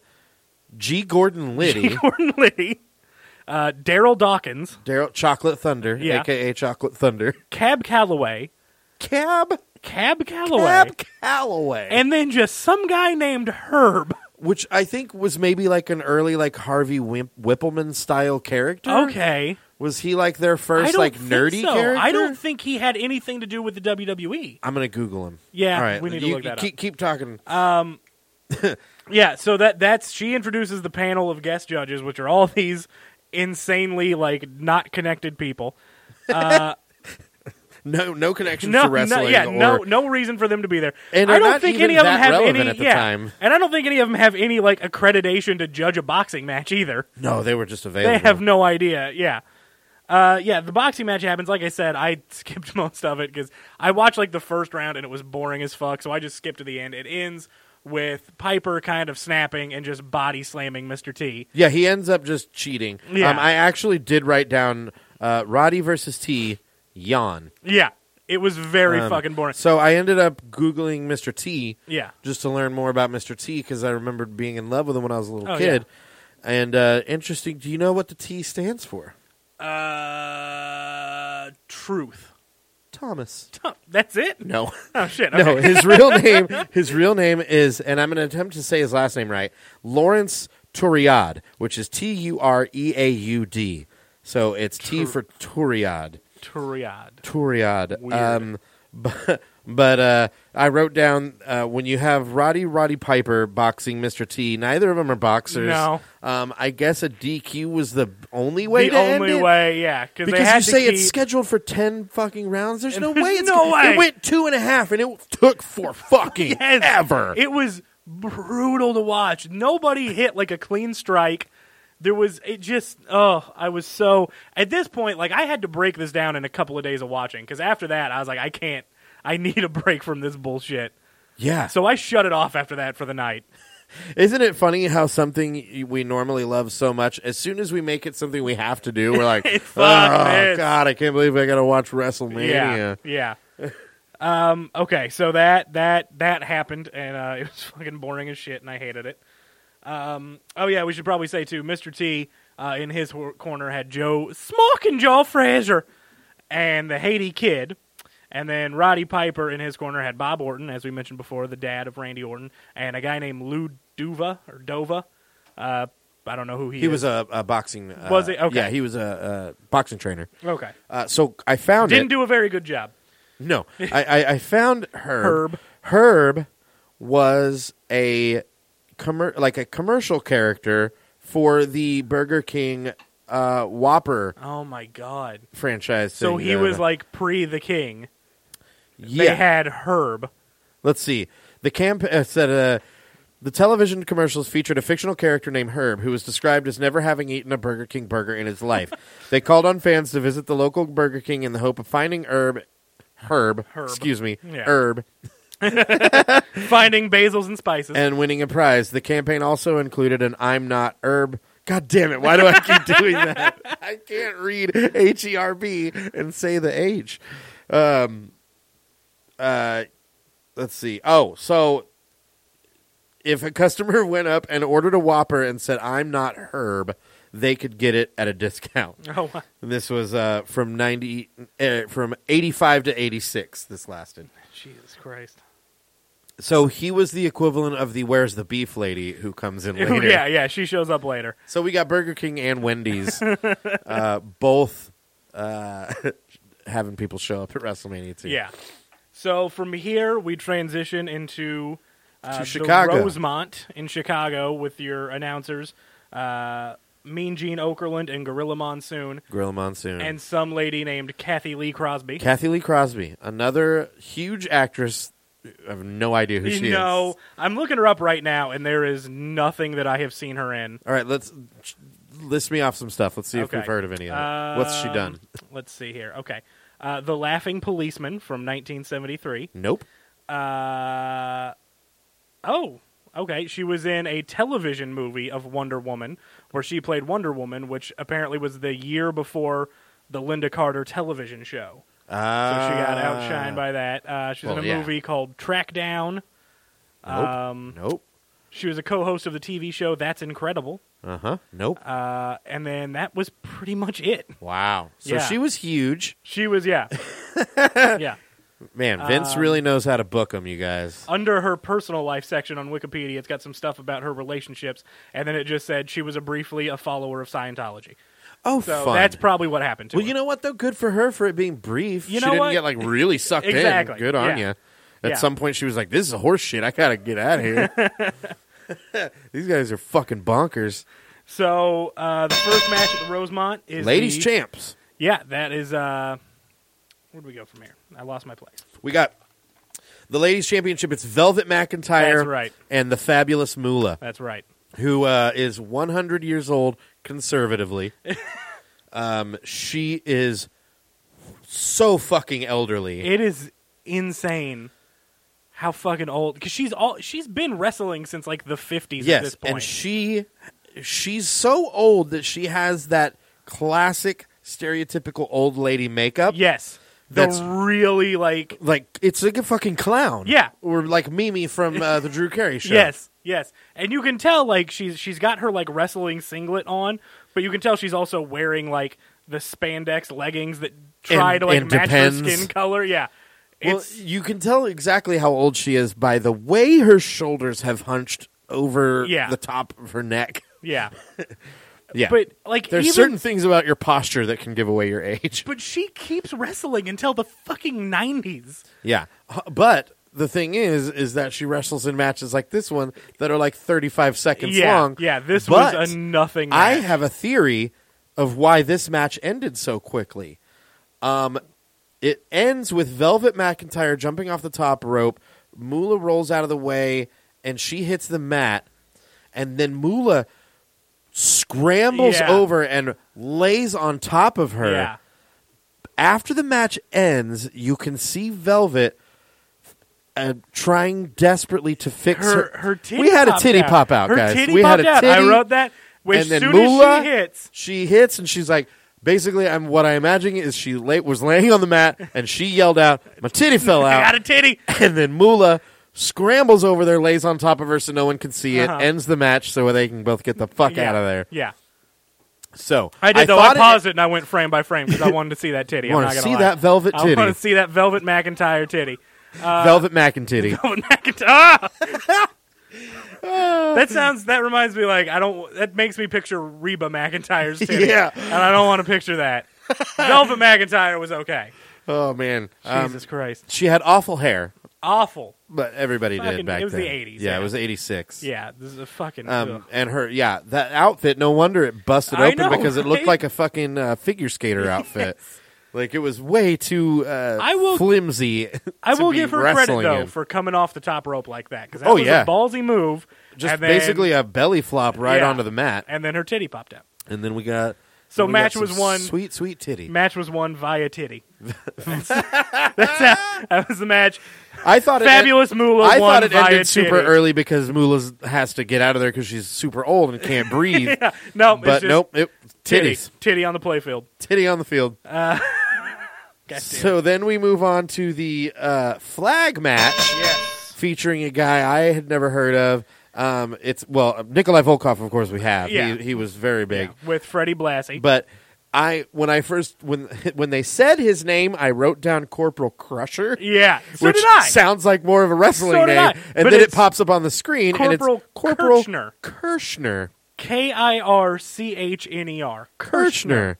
G. Gordon Liddy, Gordon Liddy, uh, Daryl Dawkins, Daryl Chocolate Thunder, Yeah. aka Chocolate Thunder, Cab Calloway, Cab Cab Calloway, Cab Calloway, and then just some guy named Herb. which I think was maybe like an early like Harvey Wimp- Whippleman style character. Okay, was he like their I first don't like think nerdy so. character? I don't think he had anything to do with the E. WWE. I'm gonna Google him. Yeah, All right, we need to you, look that Uh, keep, Keep talking. Yeah, so that that's she introduces the panel of guest judges, which are all these insanely like not connected people. no, no connection No, to no- wrestling. yeah, or, no, no reason for them to be there. And I they're don't not think even any of them that have relevant any. at the yeah, time. and I don't think any of them have any like accreditation to judge a boxing match either. No, they were just available. They have no idea. Yeah. Uh, yeah, the boxing match happens. Like I said, I skipped most of it because I watched like the first round and it was boring as fuck. So I just skipped to the end. It ends with Piper kind of snapping and just body slamming Mr. T. Yeah, he ends up just cheating. Yeah. Um, I actually did write down uh, Roddy versus T. Yawn. Yeah, it was very Um, fucking boring. So I ended up googling Mr. T. Yeah. Just to learn more about Mr. T because I remembered being in love with him when I was a little Oh, kid. And uh, interesting. Do you know what the T stands for? Uh, truth. Thomas. Huh, That's it. No. Oh shit. No, Okay. his real name. His real name is, and I'm going to attempt to say his last name right. Lawrence Turiad, which is T U R E A U D. So it's T for Turiad. Triad. Turiad. Weird. Um, but but uh, I wrote down uh, when you have Roddy Roddy Piper boxing Mr. T. Neither of them are boxers. No. Um, I guess a DQ was the only way. the to end only it? way, yeah, cause they Because had you to say it's keep- scheduled for ten fucking rounds. There's no There's way. It's no way. It went two and a half, and it took for fucking Yes. ever. It was brutal to watch. Nobody hit like a clean strike. There was it just oh I was so at this point like I had to break this down in a couple of days of watching because after that I was like I can't I need a break from this bullshit yeah. so I shut it off after that for the night Isn't it funny how something we normally love so much, as soon as we make it something we have to do, we're like, Fuck oh this." god, I can't believe I got to watch WrestleMania. Yeah. Yeah. um, okay, so that that that happened, and uh, it was fucking boring as shit, and I hated it. Um, oh yeah, we should probably say too, Mr. T uh, in his hor- corner had Joe Smoking Joe Frazier and the Haiti Kid, and then Roddy Piper in his corner had Bob Orton, as we mentioned before, the dad of Randy Orton, and a guy named Lou Duva or Dova. Uh, I don't know who he, He is. was a, a boxing. Uh, Was he? Okay. Yeah, he was a, a boxing trainer. okay. Uh, so I found Didn't it. do a very good job. no, I, I, I found Herb. Herb. Herb was a commer- like a commercial character for the Burger King uh, Whopper Oh my god. franchise. So thing. he Uh, was like pre the king. yeah. They had Herb. Let's see. The camp uh, said uh, the television commercials featured a fictional character named Herb, who was described as never having eaten a Burger King burger in his life. they called on fans to visit the local Burger King in the hope of finding Herb. Herb, Herb. excuse me, Yeah. Herb, Finding basils and spices. and winning a prize. The campaign also included an "I'm not Herb." God damn it! Why do I keep doing that? I can't read H E R B and say the H. Um, uh, let's see. Oh, so if a customer went up and ordered a Whopper and said "I'm not Herb," they could get it at a discount. oh, wow. This was uh, from ninety uh, from eighty five to eighty six. This lasted. Jesus Christ. So he was the equivalent of the "Where's the beef?" lady who comes in later. Oh, yeah, yeah, she shows up later. So we got Burger King and Wendy's, uh, both uh, having people show up at WrestleMania too. Yeah. So from here, we transition into uh, the Chicago. Rosemont in Chicago with your announcers, uh, Mean Gene Okerlund and Gorilla Monsoon, Gorilla Monsoon and some lady named Kathy Lee Crosby. Hmm. Kathy Lee Crosby, another huge actress. I have no idea who she you know, is. I'm looking her up right now, and there is nothing that I have seen her in. All right, let's list me off some stuff. Let's see if we've heard of any of it. What's she Um, done? Let's see here. Okay. Uh, the Laughing Policeman from 1973. Nope. Uh, oh, okay. She was in a television movie of Wonder Woman where she played Wonder Woman, which apparently was the year before the Linda Carter television show. So Uh, she got outshined by that. Uh, she's well, in a yeah. movie called Track Down. Nope. Um, nope. She was a co host of the TV show That's Incredible. Uh huh. Nope. Uh, and then that was pretty much it. wow. So yeah. she was huge. She was, yeah. yeah. Man, Vince really knows how to book them, you guys. under her personal life section on Wikipedia, it's got some stuff about her relationships, and then it just said she was a briefly a follower of Scientology. Oh, So fun. that's probably what happened to Well, her. you know what though? Good for her for it being brief. You she know didn't what? get like really sucked Exactly. in. Good on Yeah. you. At Yeah. some point, she was like, "This is horse shit. I gotta get out of here." These guys are fucking bonkers. so uh, the first match at the Rosemont is Ladies the- champs. Yeah, that is. Uh, where do we go from here? I lost my place. We got the ladies championship. It's Velvet McIntyre. That's right. And the fabulous Moolah, That's right. who uh, is 100 years old conservatively. um, she is so fucking elderly. It is insane how fucking old because she's all she's been wrestling since like the fifties yes, at this point. and she she's so old that she has that classic stereotypical old lady makeup. yes, That's- the really like Like it's like a fucking clown. Yeah. Or like Mimi from uh, the Drew Carey show. Yes, yes, and you can tell like she's she's got her like wrestling singlet on, but you can tell she's also wearing like the spandex leggings that try And- to like and match her depends. skin color. Yeah, Well, it's you can tell exactly how old she is by the way her shoulders have hunched over Yeah. the top of her neck. yeah, Yeah. but like there's even, certain things about your posture that can give away your age. but she keeps wrestling until the fucking nineties. Yeah. H- But the thing is, is that she wrestles in matches like this one that are like 35 seconds Yeah, long. yeah, this But was a nothing. I match. have a theory of why this match ended so quickly. Um, it ends with Velvet McIntyre jumping off the top rope. Moolah rolls out of the way, and she hits the mat. And then Moolah scrambles Yeah. over and lays on top of her yeah, after the match ends, you can see Velvet uh, trying desperately to fix her. her her titty. we had a popped titty out. pop out, Her guys. titty we popped had a out. titty, I wrote that. Which and then soon Moolah, as she hits, she hits, and she's like, basically, I'm what I imagine is she lay, was laying on the mat, and she yelled out, "My titty fell I out." got a titty. and then Mula scrambles over there, lays on top of her so no one can see it, Uh-huh. ends the match so they can both get the fuck yeah. out of there. Yeah. So I did though. I thought paused it, and I went frame by frame because I wanted to see that titty. You I'm wanna not gonna see lie. that velvet I titty. want to see that velvet McIntyre titty. Velvet McIntitty. Velvet McIntyre. Ah! that sounds. That reminds me. Like I don't. That makes me picture Reba McIntyre's titty. Yeah. And I don't want to picture that. velvet McIntyre was okay. Oh man, Um, Jesus Christ. she had awful hair, Awful. but everybody Fucking- did back it was the then. 80s, Yeah, yeah. it was '86. Yeah. This is a fucking. Um, ugh. and her, yeah, that outfit. No wonder it busted I open know, because it looked right? like a fucking uh, figure skater outfit. Like it was way too uh, I will- flimsy. I to will be give her credit wrestling though in. for coming off the top rope like that because that Oh, was yeah. a ballsy move. just and then- basically a belly flop right Yeah. onto the mat, and then her titty popped out. and then we got So then we got match some was won. Sweet, sweet titty. Match was won via titty. that's, that's how, that was the match. I thought it Fabulous Moolah won I thought it via ended titty. super early because Mula has to get out of there because she's super old and can't breathe. No, it's but just nope, it, titty, titties, titty on the playfield. titty on the field. God damn. so then we move on to the uh, flag match yes, featuring a guy I had never heard of. Um, it's well, Nikolai Volkov, of course, we have. Yeah. He, he was very big. with Freddie Blassie. But I when I first when when they said his name, I wrote down Corporal Crusher. yeah, so which did I. sounds like more of a wrestling So did name, I. and But then it it's pops up on the screen, and Corporal it's Corporal Kirchner. Kirschner, K i r c h n e r. Kirschner.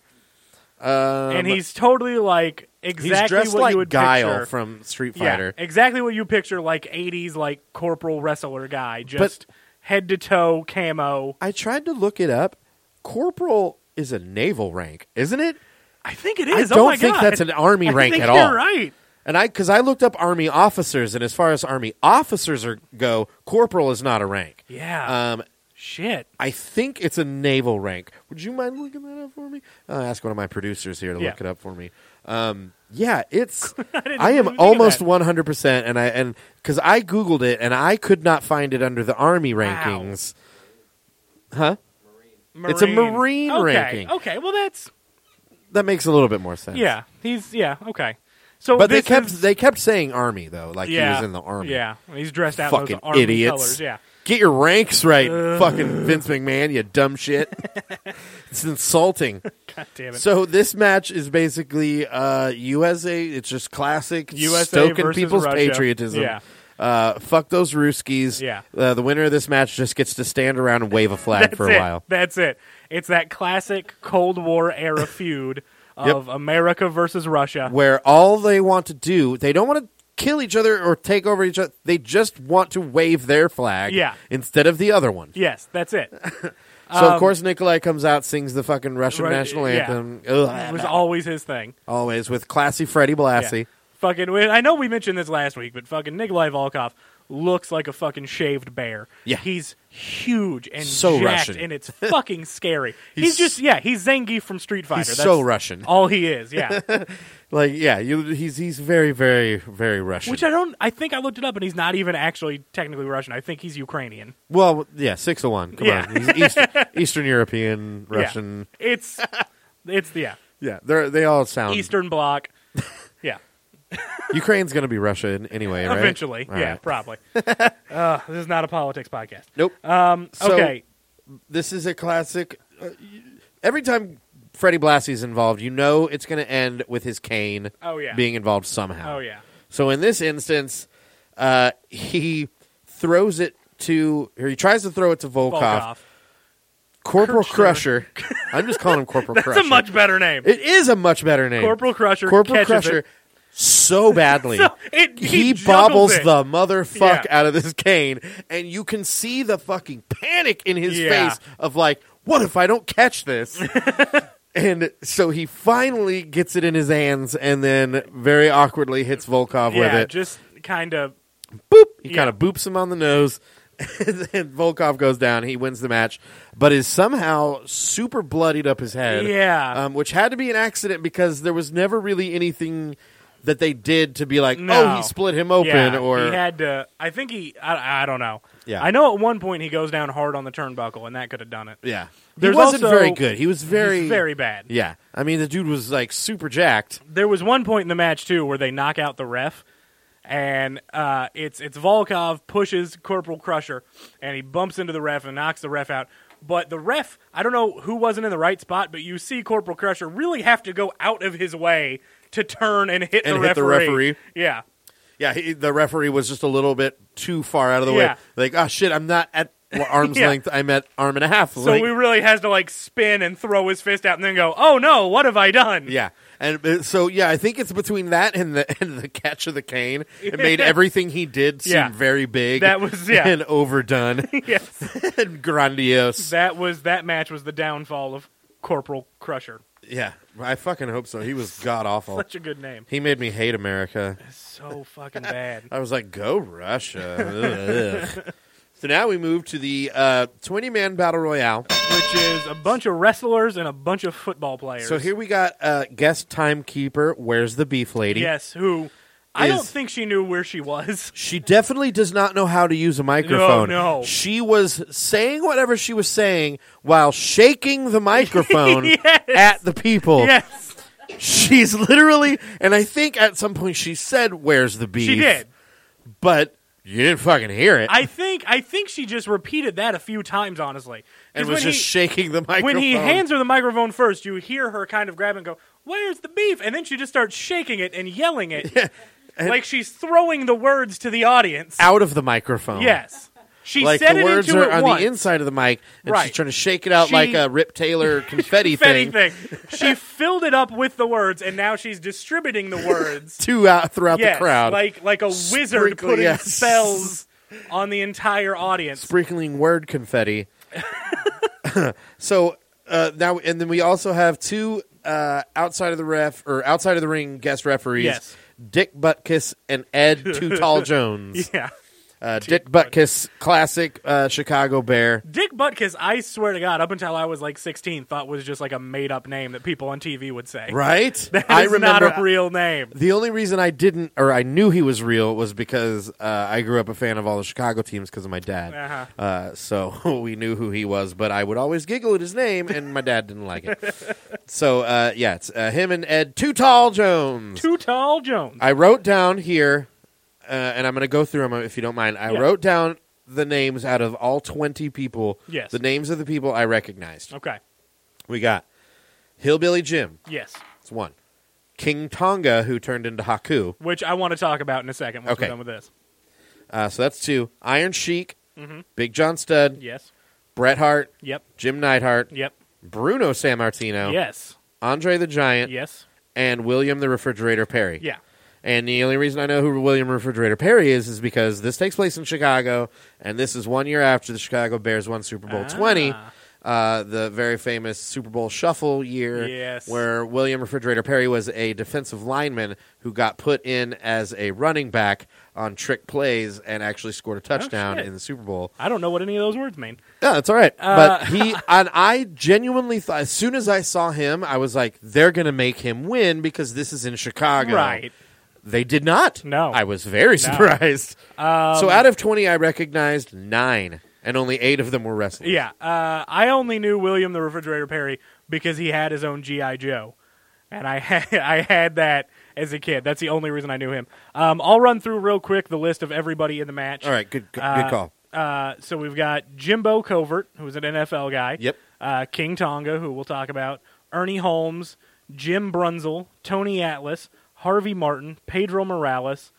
and he's totally like exactly Uh, Um, He's dressed what like you would Guile picture. from Street yeah, Fighter. exactly what you picture like '80s like corporal wrestler guy, But- just head to toe camo. I tried to look it up. Corporal is a naval rank, isn't it? I think it I is. oh don't my think God. that's an army I rank think at you're all. Right. And I, because I looked up army officers, and as far as army officers are go, corporal is not a rank. Yeah. Um, Shit. I think it's a naval rank. Would you mind looking that up for me? Uh, ask one of my producers here to Yeah. look it up for me. Um, yeah, it's. I, didn't even am think of almost that. one hundred percent, and I and because I googled it and I could not find it under the army rankings. Huh? It's a Marine okay. ranking. Okay. Well, that's That makes a little bit more sense. yeah. He's yeah. Okay. So, but they this kept is- they kept saying army though, like yeah, he was in the army. Yeah. He's dressed out Fucking in those army idiots. colors. Yeah. Get your ranks right, Uh. fucking Vince McMahon, you dumb shit. it's insulting. God damn it. So this match is basically uh, USA. It's just classic USA stoking versus people's Russia. patriotism. Yeah. Uh, fuck those Ruskies. Yeah. Uh, the winner of this match just gets to stand around and wave a flag That's for a it. while. That's it. It's that classic Cold War era feud of America versus Russia. Where all they want to do, they don't want to kill each other or take over each other. They just want to wave their flag Yeah. instead of the other one. Yes, that's it. So of course Nikolai comes out, sings the fucking Russian Right, national Um, yeah. anthem. It Ugh. was always his thing. always with classy Freddie Yeah. Blassie. Fucking, I know we mentioned this last week, but fucking Nikolai Volkov looks like a fucking shaved bear. Yeah. he's huge and So jacked, Russian. and it's fucking scary. he's, He's- just yeah, he's Zangief from Street Fighter. He's That's so Russian. All he is, yeah. Like yeah, you, he's he's very very very Russian. Which I don't. I think I looked it up, and he's not even actually technically Russian. I think he's Ukrainian. Well, yeah, six of one. Come Yeah. on, He's Eastern, Eastern European, Yeah. Russian. It's it's yeah, Yeah, they're they all sound. Eastern Bloc. Yeah. Ukraine's going to be Russia in- anyway, right? Eventually, All yeah, right. probably. uh, this is not a politics podcast. Nope. Um, So- okay, this is a classic. Uh, y- every time Freddie Blassie's involved, you know it's going to end with his cane. Oh, yeah. being involved somehow. Oh yeah. So in this instance, uh, he throws it to, or he tries to throw it to Volkov. Volkov. Corporal Crusher. I'm just calling him Corporal That's Crusher. a much better name. It is a much better name. Corporal Crusher Corporal catches Crusher it. so badly. So it- he, he juggles bobbles it. the motherfuck Yeah. out of this cane, and you can see the fucking panic in his Yeah. face of like, what if I don't catch this? and so he finally gets it in his hands, and then very awkwardly hits Volkov with yeah, it. just kind of Boop! He yeah. kind of boops him on the nose. and then Volkov goes down. He wins the match, but is somehow super bloodied up his head yeah. um, which had to be an accident because there was never really anything that they did to be like, No. oh, he split him open, Yeah, or he had to. I think he. I, I don't know. Yeah. I know at one point he goes down hard on the turnbuckle, and that could have done it. yeah, There's he wasn't also- very good. He was very, It's very bad. yeah. I mean, the dude was like super jacked. There was one point in the match too where they knock out the ref, and uh, it's it's Volkov pushes Corporal Crusher, and he bumps into the ref and knocks the ref out. But the ref, I don't know who wasn't in the right spot, but you see Corporal Crusher really have to go out of his way to turn and hit And the hit the referee. referee. Yeah, Yeah, he, the referee was just a little bit too far out of the Yeah. way. Like, oh shit, I'm not at arm's Yeah. length. I'm at arm and a half. so length. he really has to like spin and throw his fist out, and then go, "Oh no, what have I done?" Yeah. And uh, so yeah, I think it's between that and the and the catch of the cane. It made everything he did seem Yeah. very big. That was- yeah. and overdone yes. and grandiose. That was that match was the downfall of Corporal Crusher. yeah, I fucking hope so. He was god awful. Such a good name. He made me hate America. So fucking bad. I was like, go Russia. Ugh. so now we move to the uh, twenty man battle royale. Which is a bunch of wrestlers and a bunch of football players. So here we got uh, guest timekeeper. Where's the beef lady? Yes, who I Is- don't think she knew where she was. She definitely does not know how to use a microphone. No, no. She was saying whatever she was saying while shaking the microphone at the people. Yes. She's literally, and I think at some point she said, Where's the beef? She did. But you didn't fucking hear it. I think I think she just repeated that a few times honestly. 'Cause and was when just he- shaking the microphone. when he hands her the microphone first, you hear her kind of grab and go, "Where's the beef?" And then she just starts shaking it and yelling it, like she's throwing the words to the audience. out of the microphone. Yes, she Like said the it words into are it on once. the inside of the mic, and Right. she's trying to shake it out She- like a Rip Taylor confetti, Confetti thing thing. she filled it up with the words, and now she's distributing the words. to out throughout yes, the crowd. like like a wizard Sprinkle- putting yes. spells on the entire audience. sprinkling word confetti. so uh, now, and then we also have two uh, outside of the ref or outside of the ring guest referees. Yes. Dick Butkus and Ed Too Tall Jones. yeah. Uh, Dick Butkus, classic uh, Chicago Bear. Dick Butkus, I swear to God, up until I was like 16, thought was just like a made up name that people on TV would say. Right? That I is remember. not a real name. the only reason I didn't, or I knew he was real, was because uh, I grew up a fan of all the Chicago teams because of my dad. Uh-huh. Uh, so we knew who he was, but I would always giggle at his name, and my dad didn't like it. so uh, yeah, it's uh, him and Ed Too Tall Jones. Too tall Jones. I wrote down here, uh, and I'm going to go through them if you don't mind. I Yeah. wrote down the names out of all 20 people. Yes. The names of the people I recognized. okay. We got Hillbilly Jim. Yes. That's one. King Tonga, who turned into Haku. Which I want to talk about in a second once Okay. we're done with this. Uh, so that's two. Iron Sheik, Mm-hmm. Big John Studd, Yes. Bret Hart, Yep. Jim Neidhart, Yep. Bruno Sammartino, Yes. Andre the Giant, Yes. and William the Refrigerator Perry. Yeah. And the only reason I know who William Refrigerator Perry is is because this takes place in Chicago, and this is one year after the Chicago Bears won Super Ah. Bowl twenty, uh, the very famous Super Bowl Shuffle year, Yes. where William Refrigerator Perry was a defensive lineman who got put in as a running back on trick plays and actually scored a touchdown Oh, shit. in the Super Bowl. I don't know what any of those words mean. No, it's all right. Uh, but he and I genuinely thought as soon as I saw him, I was like, they're going to make him win because this is in Chicago, Right. They did not. No. Um, I was very surprised. so out of twenty, I recognized nine, and only eight of them were wrestlers. Yeah, uh, I only knew William the Refrigerator Perry because he had his own GI Joe, and I had I had that as a kid. That's the only reason I knew him. Um, I'll run through real quick the list of everybody in the match. All right. Good. Good, Uh, good call. Uh, so we've got Jimbo Covert, who's an NFL guy. Yep. Uh, King Tonga, who we'll talk about. Ernie Holmes, Jim Brunzel, Tony Atlas, Harvey Martin, Pedro Morales,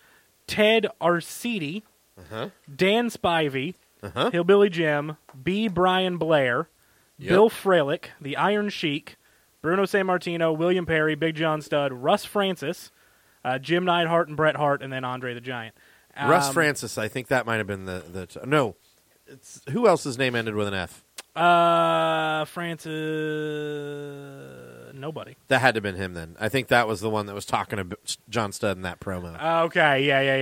Ted Arcidi, Dan Spivey, Hillbilly Jim, B. Brian Blair, Bill Frelick, the Iron Sheik, Bruno San Martino, William Perry, Big John Studd, Russ Francis, uh, Jim Neidhart, and Bret Hart, and then Andre the Giant. Russ Um, Francis. I think that might have been the the t- no. It's who else's name ended with an F. Uh, Francis. Nobody. That had to have been him then. I think that was the one that was talking to John Studd in that promo. Uh, Okay. Yeah. Yeah.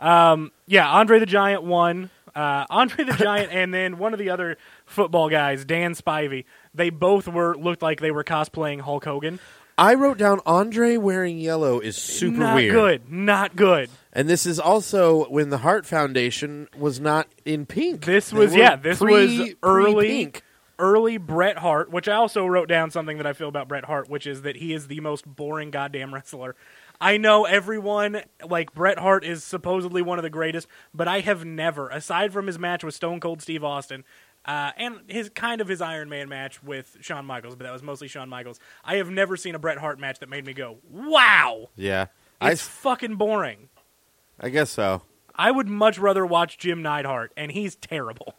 Yeah. Um. Yeah. Andre the Giant won. Uh, Andre the Giant, and then one of the other football guys, Dan Spivey. They both were looked like they were cosplaying Hulk Hogan. I wrote down Andre wearing yellow is super not weird. good. Not good. And this is also when the Hart Foundation was not in pink. This They was were yeah. This pre- was early pre-pink. early Bret Hart, which I also wrote down something that I feel about Bret Hart, which is that he is the most boring goddamn wrestler. I know everyone like Bret Hart is supposedly one of the greatest, but I have never, aside from his match with Stone Cold Steve Austin. Uh, and his kind of his Iron Man match with Shawn Michaels, but that was mostly Shawn Michaels. I have never seen a Bret Hart match that made me go, "Wow, Yeah, I, it's fucking boring." I guess so. I would much rather watch Jim Neidhart, and he's terrible.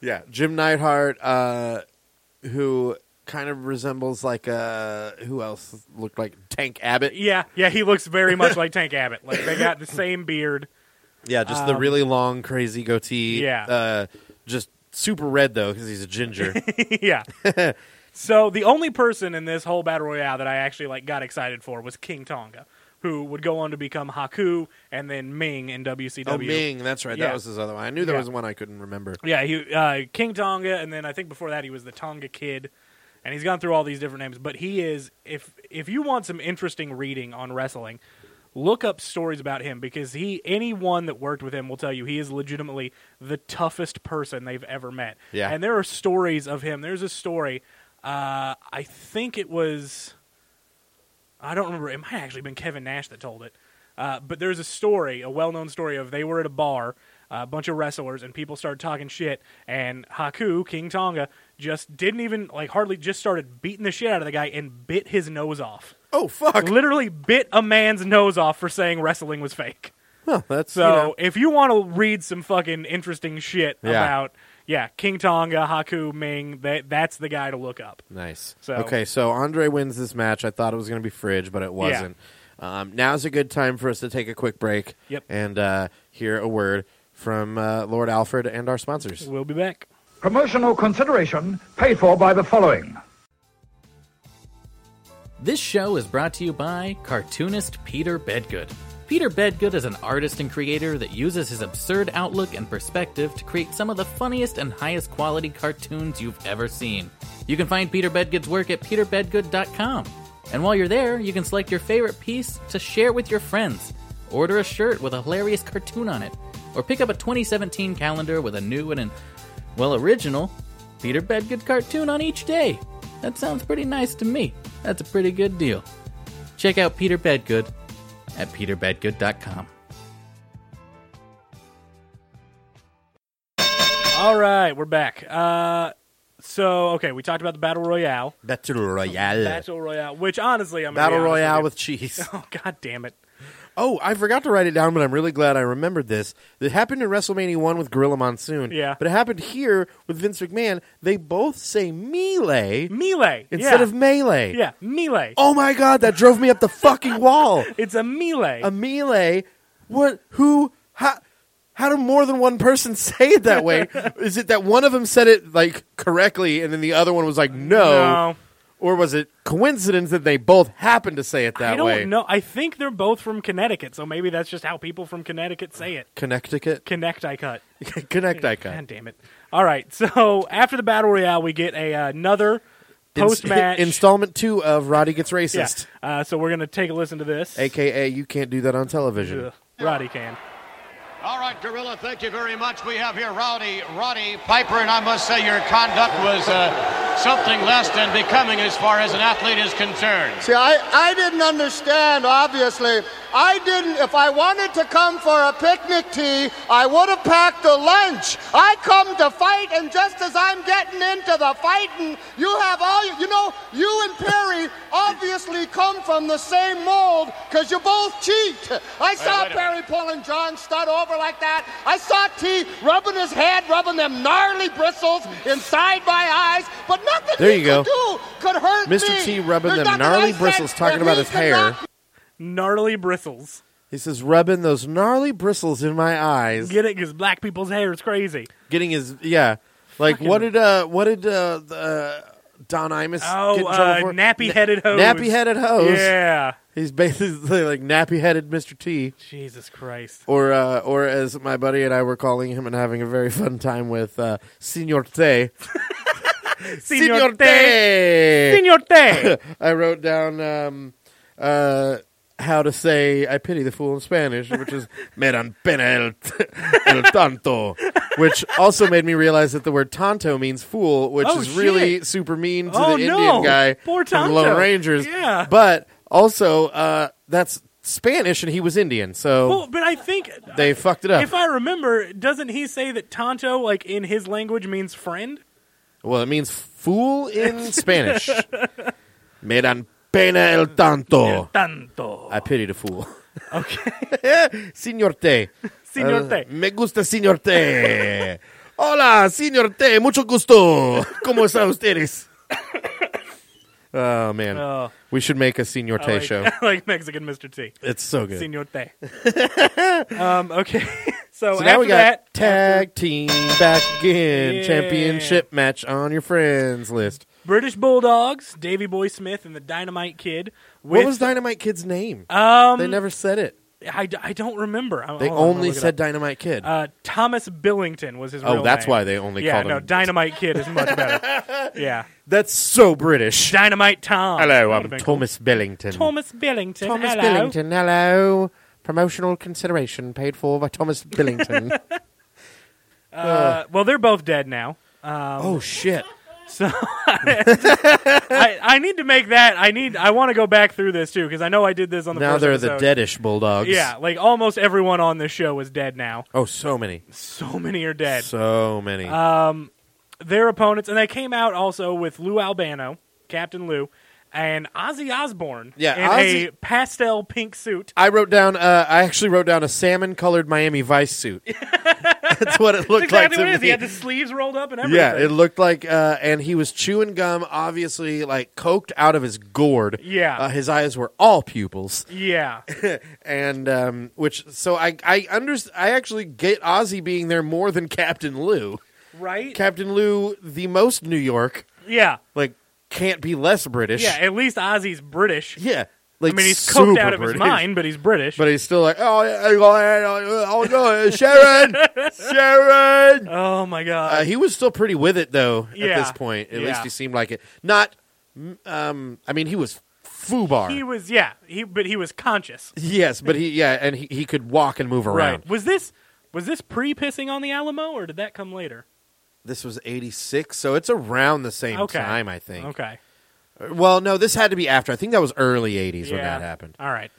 Yeah, Jim Neidhart, uh, who kind of resembles like uh, who else looked like Tank Abbott. Yeah, yeah, he looks very much like Tank Abbott. Like they got the same beard. Yeah, just the really long, crazy goatee. um, Yeah. uh, just super red though because he's a ginger. yeah. So the only person in this whole battle royale that I actually like got excited for was King Tonga, who would go on to become Haku and then Ming in WCW. oh, Ming, that's right. Yeah. That was his other one. I knew there Yeah. was one I couldn't remember. Yeah, he uh, King Tonga, and then I think before that he was the Tonga Kid, and he's gone through all these different names. But he is if if you want some interesting reading on wrestling, look up stories about him because he anyone that worked with him will tell you he is legitimately the toughest person they've ever met. Yeah. and there are stories of him. There's a story. Uh, I think it was. I don't remember. It might have actually been Kevin Nash that told it. Uh, but there's a story, a well-known story of they were at a bar, a bunch of wrestlers, and people started talking shit, and Haku King Tonga just didn't even like hardly just started beating the shit out of the guy and bit his nose off. Oh fuck! Literally bit a man's nose off for saying wrestling was fake. that's So if you want to read some fucking interesting shit Yeah. about yeah King Tonga, Haku Ming, that that's the guy to look up. Nice. So- okay, so Andre wins this match. I thought it was going to be Fridge, but it wasn't. Um, now's a good time for us to take a quick break Yep. and uh, hear a word from uh, Lord Alfred and our sponsors. We'll be back. Promotional consideration paid for by the following. This show is brought to you by cartoonist Peter Bedgood. Peter Bedgood is an artist and creator that uses his absurd outlook and perspective to create some of the funniest and highest quality cartoons you've ever seen. You can find Peter Bedgood's work at peterbedgood.com. And while you're there, you can select your favorite piece to share with your friends, order a shirt with a hilarious cartoon on it, or pick up a 2017 calendar with a new and an well, original Peter Bedgood cartoon on each day. That sounds pretty nice to me. That's a pretty good deal. Check out Peter Bedgood at peterbedgood.com. All right, we're back. Uh, so okay, we talked about the battle royale. Battle Royale. Battle royale, which honestly, I'm gonna Battle be honest Royale with, with cheese. you. Oh god damn it! Oh, I forgot to write it down, but I'm really glad I remembered this. It happened in WrestleMania 1 with Gorilla Monsoon. Yeah. But it happened here with Vince McMahon. They both say melee Melee instead yeah. of melee. yeah melee. Oh my god, that drove me up the fucking wall. It's a melee. a melee. What? Who? How? How do more than one person say it that way? Is it that one of them said it like correctly, and then the other one was like, no, No. or was it coincidence that they both happened to say it that I don't way? know. I think they're both from Connecticut, so maybe that's just how people from Connecticut say it. Connecticut, Connect, I cut. connect God icon. damn it! All right, so after the battle royale, we get a another Ins- post match installment two of Roddy gets racist, Uh, so we're gonna take a listen to this. aka you can't do that on television. Ugh, Roddy can. All right, Gorilla, thank you very much. We have here Rowdy, Roddy Piper, and I must say your conduct was uh, something less than becoming as far as an athlete is concerned. See, I, I didn't understand, obviously. I didn't, if I wanted to come for a picnic tea, I would have packed a lunch. I come to fight, and just as I'm getting into the fighting, you have all, you you know, you and Perry obviously come from the same mold because you both cheat. I wait a saw minute. Perry pulling John Studd over like that. I saw T rubbing his head, rubbing them gnarly bristles inside my eyes, but nothing There he you go. could do could hurt Mr. T rubbing them gnarly bristles, talking about his hair. Gnarly bristles. He says, rubbing those gnarly bristles in my eyes. Get it? Because black people's hair is crazy. getting his yeah. Like what did uh what did uh, the, uh Don Imus Oh, get in trouble uh, for? nappy-headed hose. Nappy headed hose. Yeah. He's basically like nappy headed Mr. T, Jesus Christ. or uh, or as my buddy and I were calling him and having a very fun time with uh, Senor T. Senor T. Senor T. I wrote down um, uh, how to say "I pity the fool" in Spanish, which is "Me dan pena el, t- el tanto," which also made me realize that the word "tanto" means fool, which Oh, is really shit. super mean to Oh, the no. Indian guy Poor from Lone Tonto. Rangers. Yeah. but also uh, that's Spanish, and he was Indian, so Well, but I think they fucked it up. if I remember, doesn't he say that Tonto, like in his language, means friend? Well, it means fool in Spanish. Me dan pena el tanto. Tanto. I pity the fool. Okay. Senor T. Senor T. Me gusta Senor T. Hola, Senor T. Mucho gusto. ¿Cómo están ustedes? oh, man. Oh. We should make a Senor T I like, show. I like Mexican Mr. T. It's so good. Senor T. um, okay. So, so after now we got that, tag team back again. Yeah. Championship match on your friends list. British Bulldogs, Davy Boy Smith, and the Dynamite Kid. With, What was Dynamite Kid's name? Um, they never said it. I, I don't remember. I- They hold on, I'm only gonna look it said up. Dynamite Kid. Uh, Thomas Billington was his oh, real that's name. why they only yeah, called no, him. Dynamite Kid is much better. yeah. that's so British. Dynamite Tom. Hello, That I'm would've been Thomas Billington. cool. Thomas Billington. Thomas hello. Billington. Hello. Promotional consideration paid for by Thomas Billington. Uh, well, they're both dead now. Um, oh shit! I, I need to make that. I need. I want to go back through this too because I know I did this on the. Now first they're the episode. deadish bulldogs. Yeah, like almost everyone on this show is dead now. Oh, so many, So many are dead. Uh, so many. Their opponents, and they came out also with Lou Albano, Captain Lou, and Ozzy Osbourne. Yeah, in a Ozzy- pastel pink suit. I wrote down. Uh, I actually wrote down a salmon-colored Miami Vice suit. That's what it looked That's exactly like to what it is. me. He had the sleeves rolled up and everything. yeah, it looked like, uh, and he was chewing gum, obviously like coked out of his gourd. Yeah. uh, his eyes were all pupils. yeah. and um, which so I I underst- I actually get Ozzy being there more than Captain Lou. Right. Captain Lou, the most New York, yeah. like can't be less British. Yeah. At least Ozzy's British. yeah. Like I mean, he's super coked out of British. his mind, but he's British. but he's still like, oh, yeah, oh, yeah, oh, no, Sharon, Sharon. oh my god. Uh, he was still pretty with it though. Yeah. At this point, at Yeah. least he seemed like it. Not, mm, um, I mean, he was foobar. He was, yeah, he but he was conscious. yes, but he, yeah, and he, he could walk and move around. Was this was this pre pissing on the Alamo or did that come later? This was 86, so it's around the same Okay. time, I think. Okay, Well, no, this had to be after. I think that was early 80s when Yeah. that happened. All right,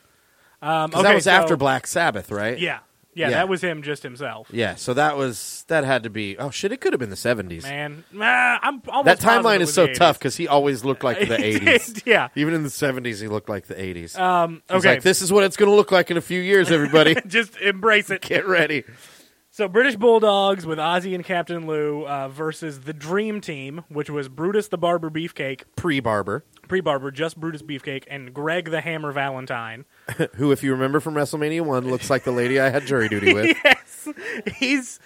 um, 'Cause okay, that was after so- Black Sabbath, right? Yeah, yeah, Yeah. that was him just himself. Yeah, so that was that had to be Oh shit, it could have been the 70s. Man, ah, I'm almost positive that it timeline is was so the tough cuz he always looked like the 80s. yeah. Even in the 70s he looked like the 80s. 80s. Um, He's okay, like this is what it's going to look like in a few years everybody. just embrace it. Get ready. So British Bulldogs with Ozzy and Captain Lou uh, versus the Dream Team, which was Brutus the Barber Beefcake, Pre-Barber, pre Barber, just Brutus Beefcake, and Greg the Hammer Valentine. who if you remember from WrestleMania 1 looks like the lady I had jury duty with. yes. He's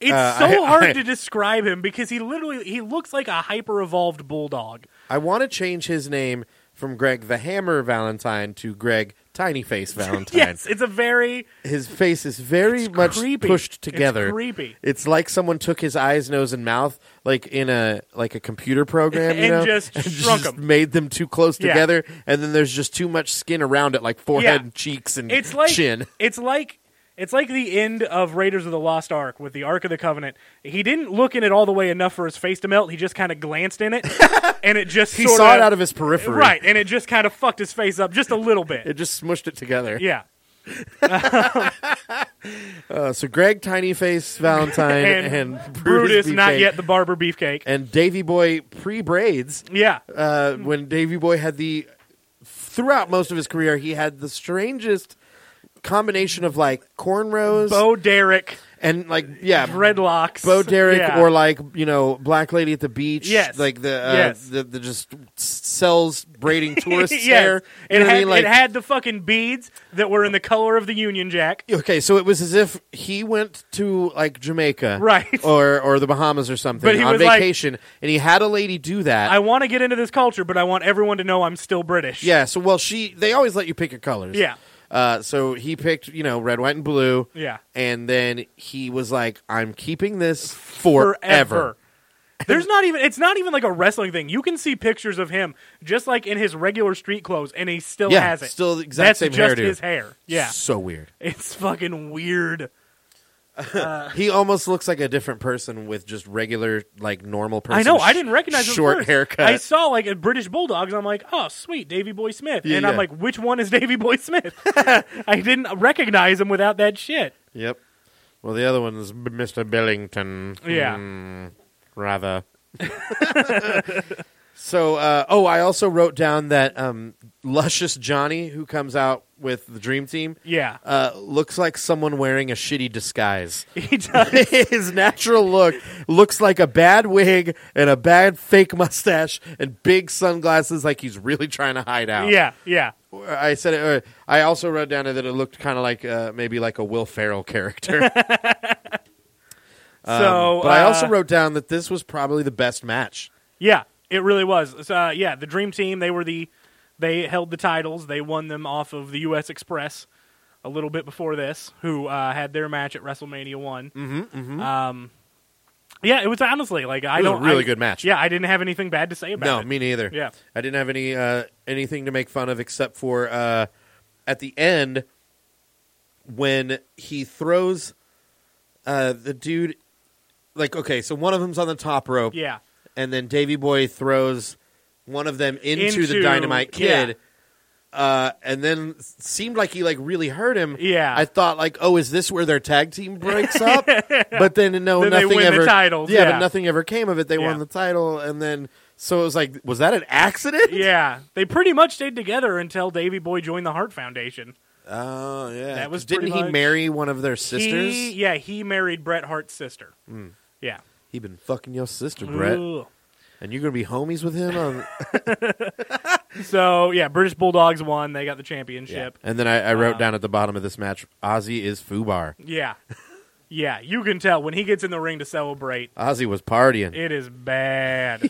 it's Uh, so I- hard I- to describe him because he literally he looks like a hyper evolved bulldog. I want to change his name from Greg the Hammer Valentine to Greg Tiny Face Valentine. Yes, it's a very His face is very It's much creepy. pushed It's together. creepy. It's like someone took his eyes, nose, and mouth, like in a like a computer program, you And know, just shrunk 'em. made them too close Yeah. together, and then there's just too much skin around it, like forehead, and cheeks, and it's like chin. it's like it's like the end of Raiders of the Lost Ark with the Ark of the Covenant. He didn't look in it all the way enough for his face to melt. He just kind of glanced in it, and it just He sorta- saw it out of his periphery, right, and it just kind of fucked his face up just a little bit. It just smushed it together. yeah, Uh, so Greg Tiny Face Valentine and, and, Brutus, not Beefcake yet the barber beefcake. and Davy Boy pre braids. yeah, uh, Mm-hmm. when Davy Boy had the throughout most of his career, he had the strangest combination of like cornrows Bo Derek, and like yeah, dreadlocks, Bo Derek Yeah. or like you know Black Lady at the Beach, Yes. like the uh, Yes. the, the just sells braiding tourists Yes. hair. You It know what I had, mean? Like- it had the fucking beads that were in the color of the Union Jack. Okay, so it was as if he went to like Jamaica, Right. or or the Bahamas or something But he on was like- vacation, and he had a lady do that. I want to get into this culture, but I want everyone to know I'm still British. Yeah. So well, she they always let you pick your colors. Yeah. Uh, so he picked you know red, white, and blue. Yeah. And then he was like, "I'm keeping this Forever. forever." There's not even it's not even like a wrestling thing. You can see pictures of him just like in his regular street clothes, and he still Yeah, has it. still the That's exact same just hairdo. his hair. Yeah, So weird. it's fucking weird. He almost looks like a different person with just regular, like normal person. I know. I didn't recognize him short first. haircut. I saw like a British Bulldogs. And I'm like, oh sweet, Davy Boy Smith, Yeah, and I'm yeah. like, which one is Davy Boy Smith? I didn't recognize him without that shit. Yep. Well, the other one is B- Mr. Billington. Yeah. Hmm, rather. so, uh, oh, I also wrote down that um, Luscious Johnny, who comes out with the Dream Team, Yeah, uh, looks like someone wearing a shitty disguise. he does. His natural look looks like a bad wig and a bad fake mustache and big sunglasses, like he's really trying to hide out. yeah, yeah. I said it. Or I also wrote down that it looked kind of like uh, maybe like a Will Ferrell character. so, Um, but I also uh, wrote down that this was probably the best match. Yeah, it really was. So, uh, yeah, the Dream Team, they were the they held the titles. They won them off of the US Express a little bit before this, who uh, had their match at WrestleMania one Mm-hmm, Um, yeah, it was honestly like I It was a don't really I- good match. Yeah, I didn't have anything bad to say about No, it. me neither. Yeah. I didn't have any uh, anything to make fun of except for uh, at the end when he throws uh, the dude. Like okay, so one of them's on the top rope, yeah, and then Davy Boy throws one of them into, the Into- Dynamite Kid. yeah. Uh, and then s- seemed like he like really hurt him. Yeah. I thought like, oh, is this where their tag team breaks up? but then no, Then they nothing win the ever. titles, Yeah, but yeah. nothing ever came of it. They Yeah. won the title, and then so it was like, was that an accident? yeah. They pretty much stayed together until Davy Boy joined the Heart Foundation. Oh yeah, That was Didn't pretty he much- marry one of their sisters? Mm. He, yeah, he married Bret Hart's sister. Yeah, He been fucking your sister, Brett, Ooh. and you're gonna be homies with him. On... So yeah, British Bulldogs won. They got the championship. And then I, I wrote down at the bottom of this match, Ozzy is Fubar. Yeah. Yeah, you can tell when he gets in the ring to celebrate, Ozzy was partying. it is bad.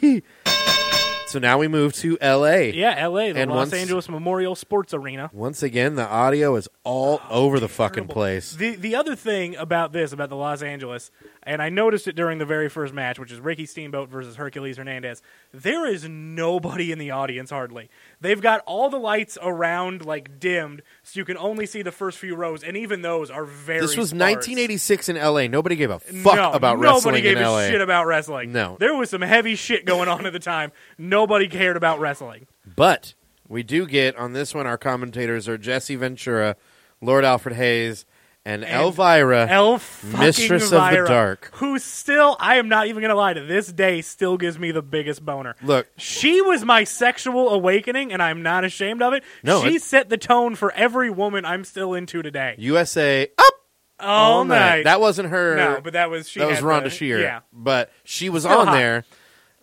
So now we move to LA. yeah, LA, the And Los once- Angeles Memorial Sports Arena. Once again, the audio is all over the fucking place. Ah, The the other thing about this about the Los Angeles, and I noticed it during the very first match, which is Ricky Steamboat versus Hercules Hernandez. There is nobody in the audience hardly. They've got all the lights around like dimmed, so you can only see the first few rows, and even those are very. This was sparse. 1986 in LA. Nobody gave a fuck no, about nobody wrestling gave in a LA. shit about wrestling. No. there was some heavy shit going on at the time. Nobody cared about wrestling. but we do get on this one. Our commentators are Jesse Ventura, Lord Alfred Hayes, and, Elvira. El fucking Mistress of the Vira, Dark. who still I am not even gonna lie to this day still gives me the biggest boner. Look, She was my sexual awakening, and I'm not ashamed of it. No, she it- set the tone for every woman I'm still into today. USA up All, night. That wasn't her. no, but that was she. that was had Rhonda the- Shear. Yeah, But she was Still on hot. there,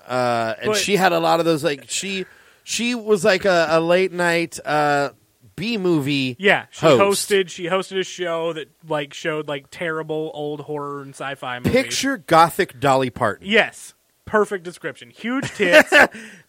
uh, and But- she had a lot of those. Like she, she was like a, a late night uh, B movie. yeah. She host. hosted. She hosted a show that like showed like terrible old horror and sci-fi movies. Picture gothic Dolly Parton, Yes, perfect description. Huge tits,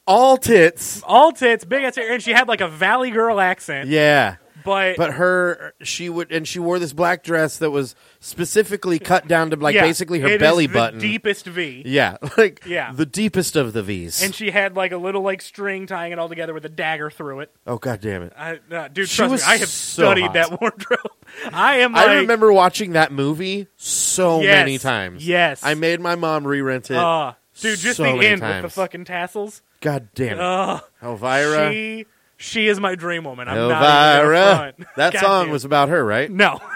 all tits. all tits, big ass hair, and she had like a Valley Girl accent. Yeah, but, but her she would, and she wore this black dress that was specifically cut down to like yeah, basically her it is belly the button. deepest V. yeah, like Yeah. the deepest of the V's. And she had like a little like string tying it all together with a dagger through it. oh god damn it! I, uh, dude, She trust me, was I have so studied hot. that wardrobe. I am. Like, I remember watching that movie so Yes, many times. yes. I made my mom re-rent it. Uh, dude, just so the many end with times. the fucking tassels. God damn it, Uh, Elvira! she, she is my dream woman. I'm not even gonna Elvira, front. that God song damn. was about her, right? no.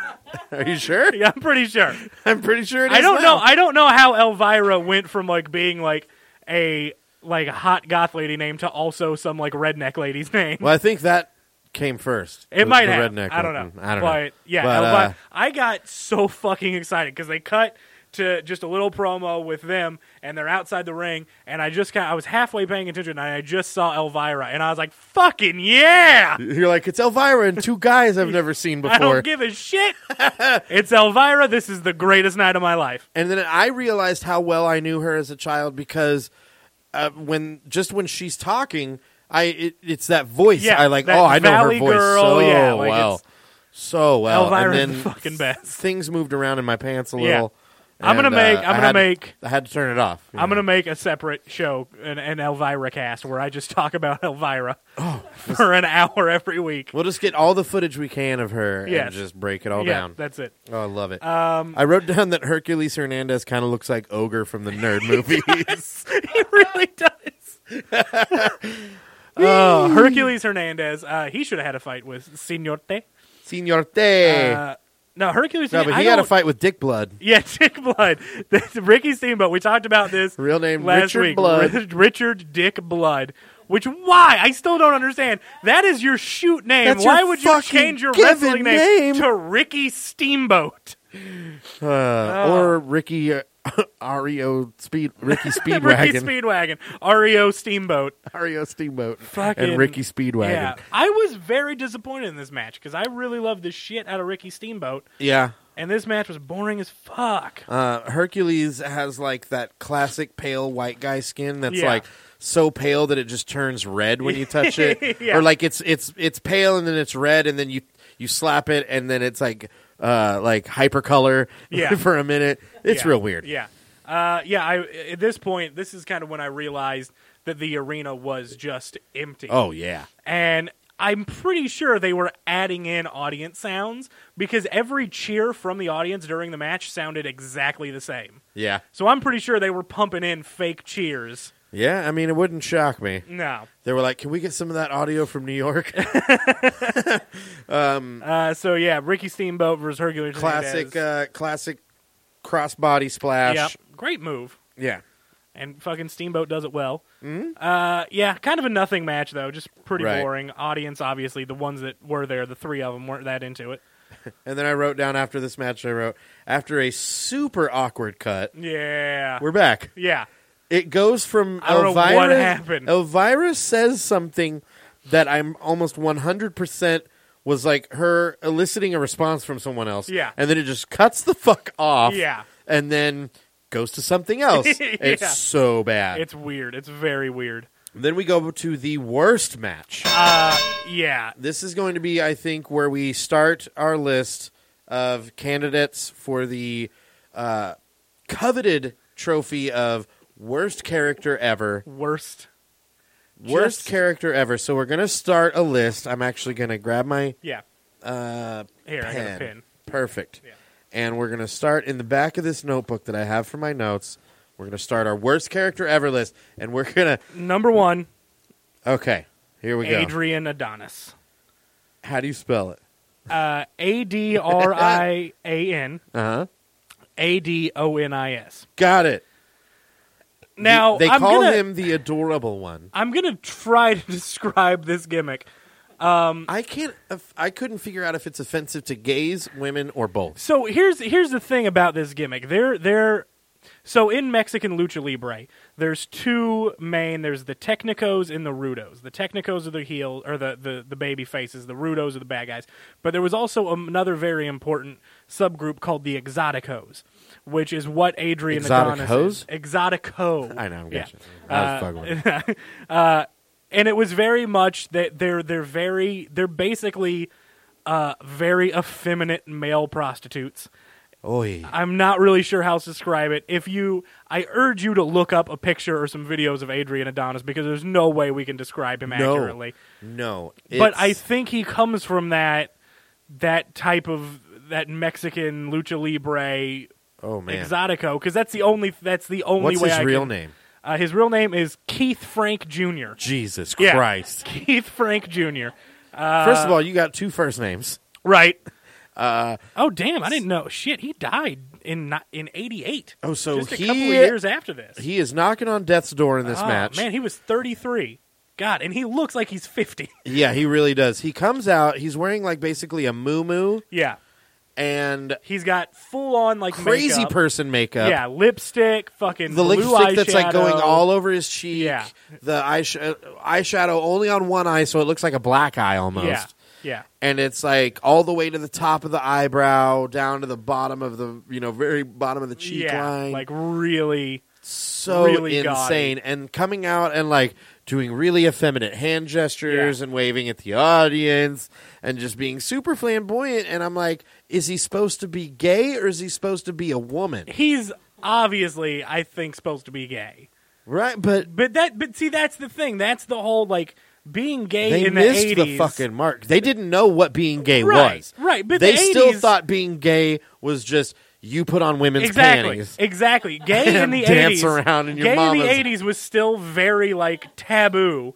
Are you sure? Yeah, I'm pretty sure. I'm pretty sure. it is I don't know. now. I don't know how Elvira went from like being like a like hot goth lady name to also some like redneck lady's name. Well, I think that came first. It The- might the have. Redneck I don't know. one. Mm, I don't but, know. Yeah, But, Elvi- uh, I got so fucking excited because they cut to just a little promo with them, and they're outside the ring, and I just got I was halfway paying attention, and I just saw Elvira, and I was like, "Fucking yeah!" uh, You're like it's Elvira and two guys I've never seen I before. don't give a shit. it's Elvira. This is the greatest night of my life. and then I realized how well I knew her as a child because uh, when just when she's talking, I it, it's that voice. Yeah, I like. that Oh, I know Valley her voice Girl, so yeah, like, well, it's- so well. Elvira's and then the fucking best. Things moved around in my pants a Yeah. little. I'm gonna And, uh, make- I'm I gonna had- make- I had to turn it off. you I'm know. gonna make a separate show, an, an Elvira cast, where I just talk about Elvira Oh, for an hour every week. We'll just get all the footage we can of her Yes. and just break it all yeah, down. that's it. Oh, I love it. Um, I wrote down that Hercules Hernandez kind of looks like Ogre from the nerd movies. he really does. Oh, Hercules Hernandez. Uh, he should have had a fight with Signorte. Senor T. Uh, no, Hercules. no, but I he had a don't- fight with Dick Blood. Yeah, Dick Blood. This, Ricky Steamboat. We talked about this Real name last Richard week. Blood. Ri- Richard Dick Blood. Which why I still don't understand. That is your shoot name. That's why your would you fucking change your given wrestling name, name. to Ricky Steamboat? Uh, Oh. Or Ricky uh, Ario Speed Ricky Ricky Speedwagon. Speedwagon, REO Steamboat. Ario Steamboat. Fucking- and Ricky Speedwagon. Yeah, I was very disappointed in this match because I really loved the shit out of Ricky Steamboat, Yeah. and this match was boring as fuck. Uh, Hercules has like that classic pale white guy skin that's Yeah. like so pale that it just turns red when you touch it, Yeah. or like it's it's it's pale and then it's red and then you you slap it and then it's like uh like hypercolor Yeah. for a minute. It's Yeah. real weird. Yeah, uh, yeah. I at this point, this is kind of when I realized that the arena was just empty. Oh yeah. and I'm pretty sure they were adding in audience sounds because every cheer from the audience during the match sounded exactly the same. Yeah. So I'm pretty sure they were pumping in fake cheers. Yeah, I mean it wouldn't shock me. No. They were like, "Can we get some of that audio from New York?" Uh, so yeah, Ricky Steamboat versus Hercules. classic Hernandez. uh classic crossbody splash. Yep. Great move. Yeah. And fucking Steamboat does it well. Uh, yeah, kind of a nothing match though, just pretty Mm-hmm. Right. boring. Audience, obviously, the ones that were there, the three of them weren't that into it. And then I wrote down after this match I wrote after a super awkward cut Yeah, We're back. yeah, It goes from I don't know Elvira. what happened. Elvira says something that I'm almost 100% was like her eliciting a response from someone else. Yeah. And then it just cuts the fuck off. Yeah. And then goes to something else. Yeah. It's so bad. it's weird. It's very weird. then we go to the worst match. Uh, Yeah, this is going to be, I think, where we start our list of candidates for the uh, coveted trophy of worst character ever. worst. Worst Just- character ever. So we're gonna start a list. I'm actually gonna grab my Yeah, uh, here I got a pen. pin. Perfect. Yeah. And we're gonna start in the back of this notebook that I have for my notes. We're gonna start our worst character ever list, and we're gonna. Number one, Okay, here we go. Adrian Adonis. How do you spell it? Uh, A D R I A N Uh huh. A D O N I S. Got it. Now they I'm call gonna, him the adorable one. I'm gonna try to describe this gimmick. Um, I can't. I couldn't figure out if it's offensive to gays, women, or both. So here's here's the thing about this gimmick. They're they're so in Mexican lucha libre, there's two main. There's the technicos and the rudos. The technicos are the heel or the the, the baby faces. The rudos are the bad guys. But there was also another very important subgroup called the exoticos, which is what Adrian Exotic Adonis hoes? is. Exotico. I know. I'm Yeah. Uh, gotcha. I was fucking with you. and it was very much that they're they're very they're basically uh, very effeminate male prostitutes. Oy. I'm not really sure how to describe it. If you, I urge you to look up a picture or some videos of Adrian Adonis because there's no way we can describe him No. accurately. No. But I it's- think he comes from that that type of that Mexican lucha libre Oh man. exotico because that's the only that's the only What's way. his I real can- name? Uh, his real name is Keith Frank Jr. Jesus Yeah. Christ. Keith Frank Jr. First of all, you got two first names. Right. Uh, oh damn! I didn't know. Shit, he died in ni- in '88. Oh, so just a he- couple of years after this. He is knocking on death's door in this Oh, match. Man, he was 33. God, and he looks like he's 50. Yeah, he really does. He comes out. He's wearing like basically a muumuu yeah. and He's got full on like crazy makeup. person makeup. Yeah, lipstick, fucking The blue lipstick that's like going eyeshadow. all over his cheek. Yeah. The eyesh- uh, eyeshadow only on one eye, so it looks like a black eye almost. Yeah. Yeah. and it's like all the way to the top of the eyebrow, down to the bottom of the you know very bottom of the cheek yeah. line, Like really so really insane. gaudy. And coming out and like doing really effeminate hand gestures Yeah. and waving at the audience and just being super flamboyant. And I'm like, is he supposed to be gay or is he supposed to be a woman? He's obviously, I think, supposed to be gay. Right, but But that, but see, that's the thing. That's the whole like being gay they in the missed eighties. the fucking mark. They didn't know what being gay Right, was. right, but they the still 80s thought being gay was just you put on women's exactly, panties. exactly. Gay in And the dance eighties, around in your gay in the mama's- eighties was still very like taboo,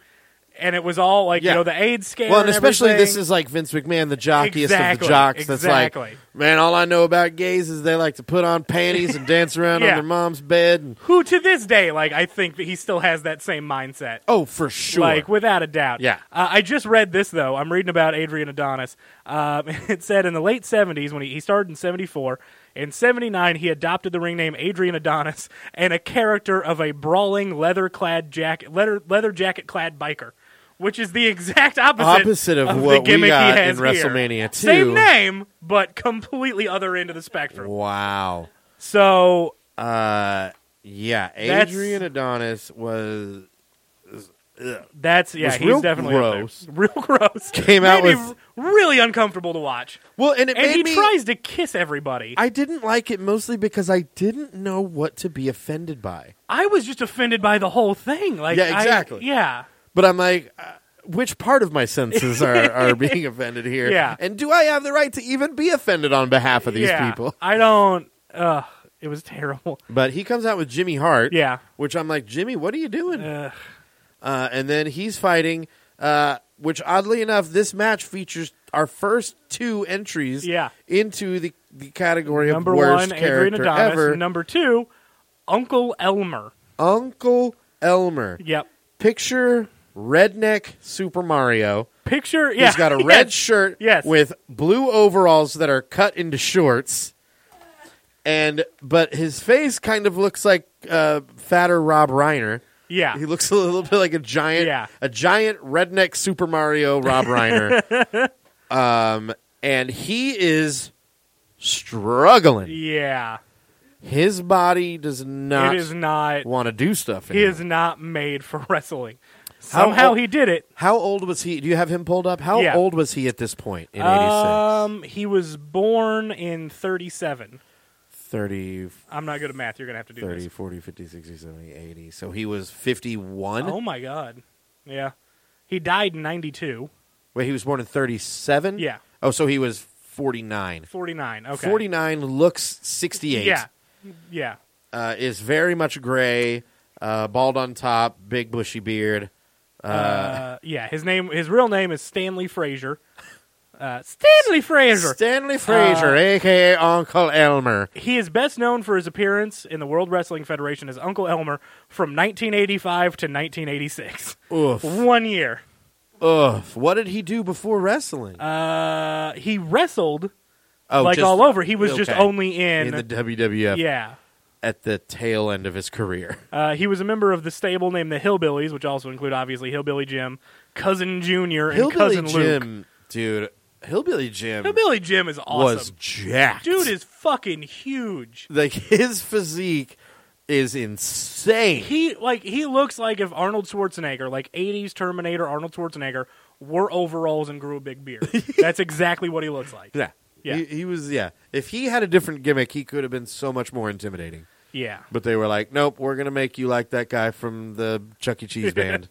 and it was all like Yeah. you know the AIDS scare. Well, and especially this everything. is like Vince McMahon, the jockiest of the Exactly, jocks. That's exactly. like, man, all I know about gays is they like to put on panties and dance around on Yeah. their mom's bed. And, who to this day, like I think that he still has that same mindset. oh, for sure. Like without a doubt. Yeah. Uh, I just read this though. I'm reading about Adrian Adonis. Um, it said in the late 70s when he, he started in 74. In 79, he adopted the ring name Adrian Adonis and a character of a brawling leather-clad jacket, leather leather jacket-clad biker, which is the exact opposite Opposite of the what we gimmick he got has in here. WrestleMania 2. Same name, but completely other end of the spectrum. wow. So Uh, yeah, That's- Adrian Adonis was that's yeah, Was he's real definitely up there. gross. real gross. Came out Made me with- really uncomfortable to watch. well, and it and made he me. tries to kiss everybody. I, I didn't like it mostly because I didn't know what to be offended by. was just offended by the whole thing. Like, Yeah, I- exactly. yeah, But I'm like, uh, which part of my senses are, are being offended here? Yeah. And do I have the right to even be offended on behalf of these yeah. people? I don't. Ugh, it was terrible. But he comes out with Jimmy Hart. Yeah. Which I'm like, Jimmy, what are you doing? Ugh. Uh, and then he's fighting, uh, which oddly enough, this match features our first two entries Yeah. into the, the category Number of worst one, Adrian character Adonis. ever. Number two, Uncle Elmer. Uncle Elmer. Yep. Picture redneck Super Mario. Picture. Yeah, He's got a yes. red shirt Yes. with blue overalls that are cut into shorts. And but his face kind of looks like uh, fatter Rob Reiner. Yeah. He looks a little bit like a giant, Yeah. a giant redneck Super Mario Rob Reiner. um, and he is struggling. yeah. His body does not It is not. want to do stuff. He anymore. is not made for wrestling. How Somehow old- he did it. How old was he? Do you have him pulled up? How Yeah. old was he at this point in '86? Um, he was born in thirty-seven. 30, I'm not good at math. You're gonna have to do 30, this. 40, 50, 60, 70, 80. So he was 51. Oh my god. Yeah. He died in 92. Wait, he was born in 37? Yeah. Oh, so he was 49. 49. Okay. 49 looks 68. Yeah. Yeah. Uh, is very much gray, uh, bald on top, big bushy beard. Uh, yeah, his name his real name is Stanley Frazier. Uh, Stanley Frazier. Stanley Fraser, Uh, a.k.a. Uncle Elmer. he is best known for his appearance in the World Wrestling Federation as Uncle Elmer from 1985 to 1986. Oof. One year. Oof. What did he do before wrestling? Uh, he wrestled oh, like just- all over. He was just okay. only in, in the WWF yeah. at the tail end of his career. Uh, he was a member of the stable named the Hillbillies, which also include obviously Hillbilly Jim, Cousin Junior, and Hillbilly Cousin Jim, Luke. dude. Hillbilly Jim Hillbilly Jim is awesome. was jacked. Dude is fucking huge. like his physique is insane. He like he looks like if Arnold Schwarzenegger, like '80s Terminator Arnold Schwarzenegger, wore overalls and grew a big beard. That's exactly what he looks like. yeah. Yeah. He, he was yeah. If he had a different gimmick, he could have been so much more intimidating. Yeah. But they were like, "Nope, we're gonna make you like that guy from the Chuck E. Cheese band."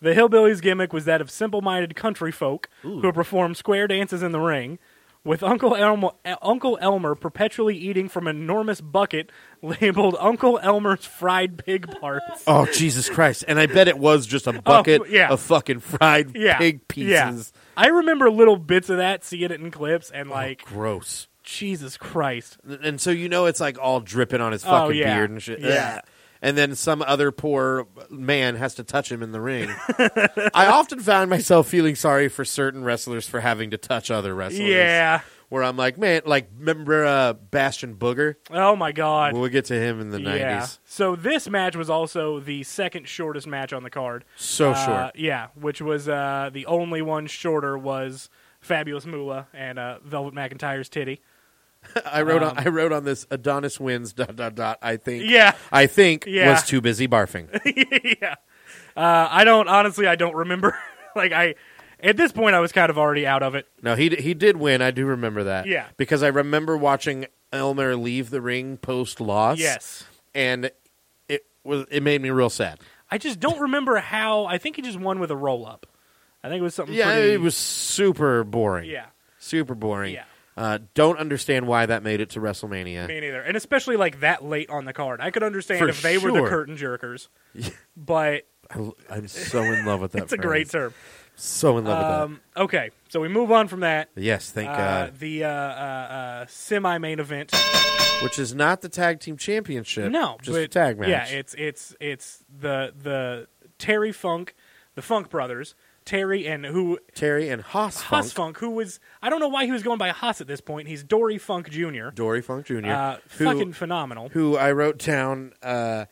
The Hillbillies gimmick was that of simple-minded country folk who perform square dances in the ring, with Uncle Elmer, Uncle Elmer perpetually eating from an enormous bucket labeled Uncle Elmer's fried pig parts. oh Jesus Christ! And I bet it was just a bucket Oh, yeah. of fucking fried Yeah, pig yeah. pieces. Oh, I remember little bits of that, seeing it in clips, and like, Gross. Jesus Christ. and so you know it's like all dripping on his Oh, fucking yeah. beard and shit. Yeah. Ugh. And then some other poor man has to touch him in the ring. I often found myself feeling sorry for certain wrestlers for having to touch other wrestlers. Yeah. Where I'm like, man, like remember uh, Bastion Booger? Oh my God. We'll get to him in the Yeah. 90s. So this match was also the second shortest match on the card. So Uh, short. yeah, which was uh, the only one shorter was Fabulous Moolah and uh, Velvet McIntyre's titty. I wrote on I wrote on this Adonis wins dot dot dot I think Um, Yeah. I think Yeah. was too busy barfing. yeah. Uh, I don't honestly. I don't remember. like I, at this point, I was kind of already out of it. No, he d- he did win. I do remember that. Yeah. because I remember watching Elmer leave the ring post loss. Yes. and it was it made me real sad. I just don't remember how. I think he just won with a roll up. I think it was something. Yeah, pretty, it was super boring. Mm-hmm. Yeah. super boring. Yeah. Uh, don't understand why that made it to WrestleMania. Me neither, and especially like that late on the card. I could understand For if they were the sure. curtain jerkers, but I, am so in love with that. it's a phrase. great term. So in love Um, okay, so we move on from that. with that. Yes, thank Uh, God. the uh, uh, uh, semi-main event. Which is not the tag team championship. No, just but- a tag match. Yeah, it's it's it's the the Terry Funk, the Funk brothers, Terry and who Terry and Haas Funk, Haas Funk, who was I don't know why he was going by Haas at this point. He's Dory Funk Jr. Dory Funk Jr. Uh, who fucking phenomenal. who I wrote down. Uh,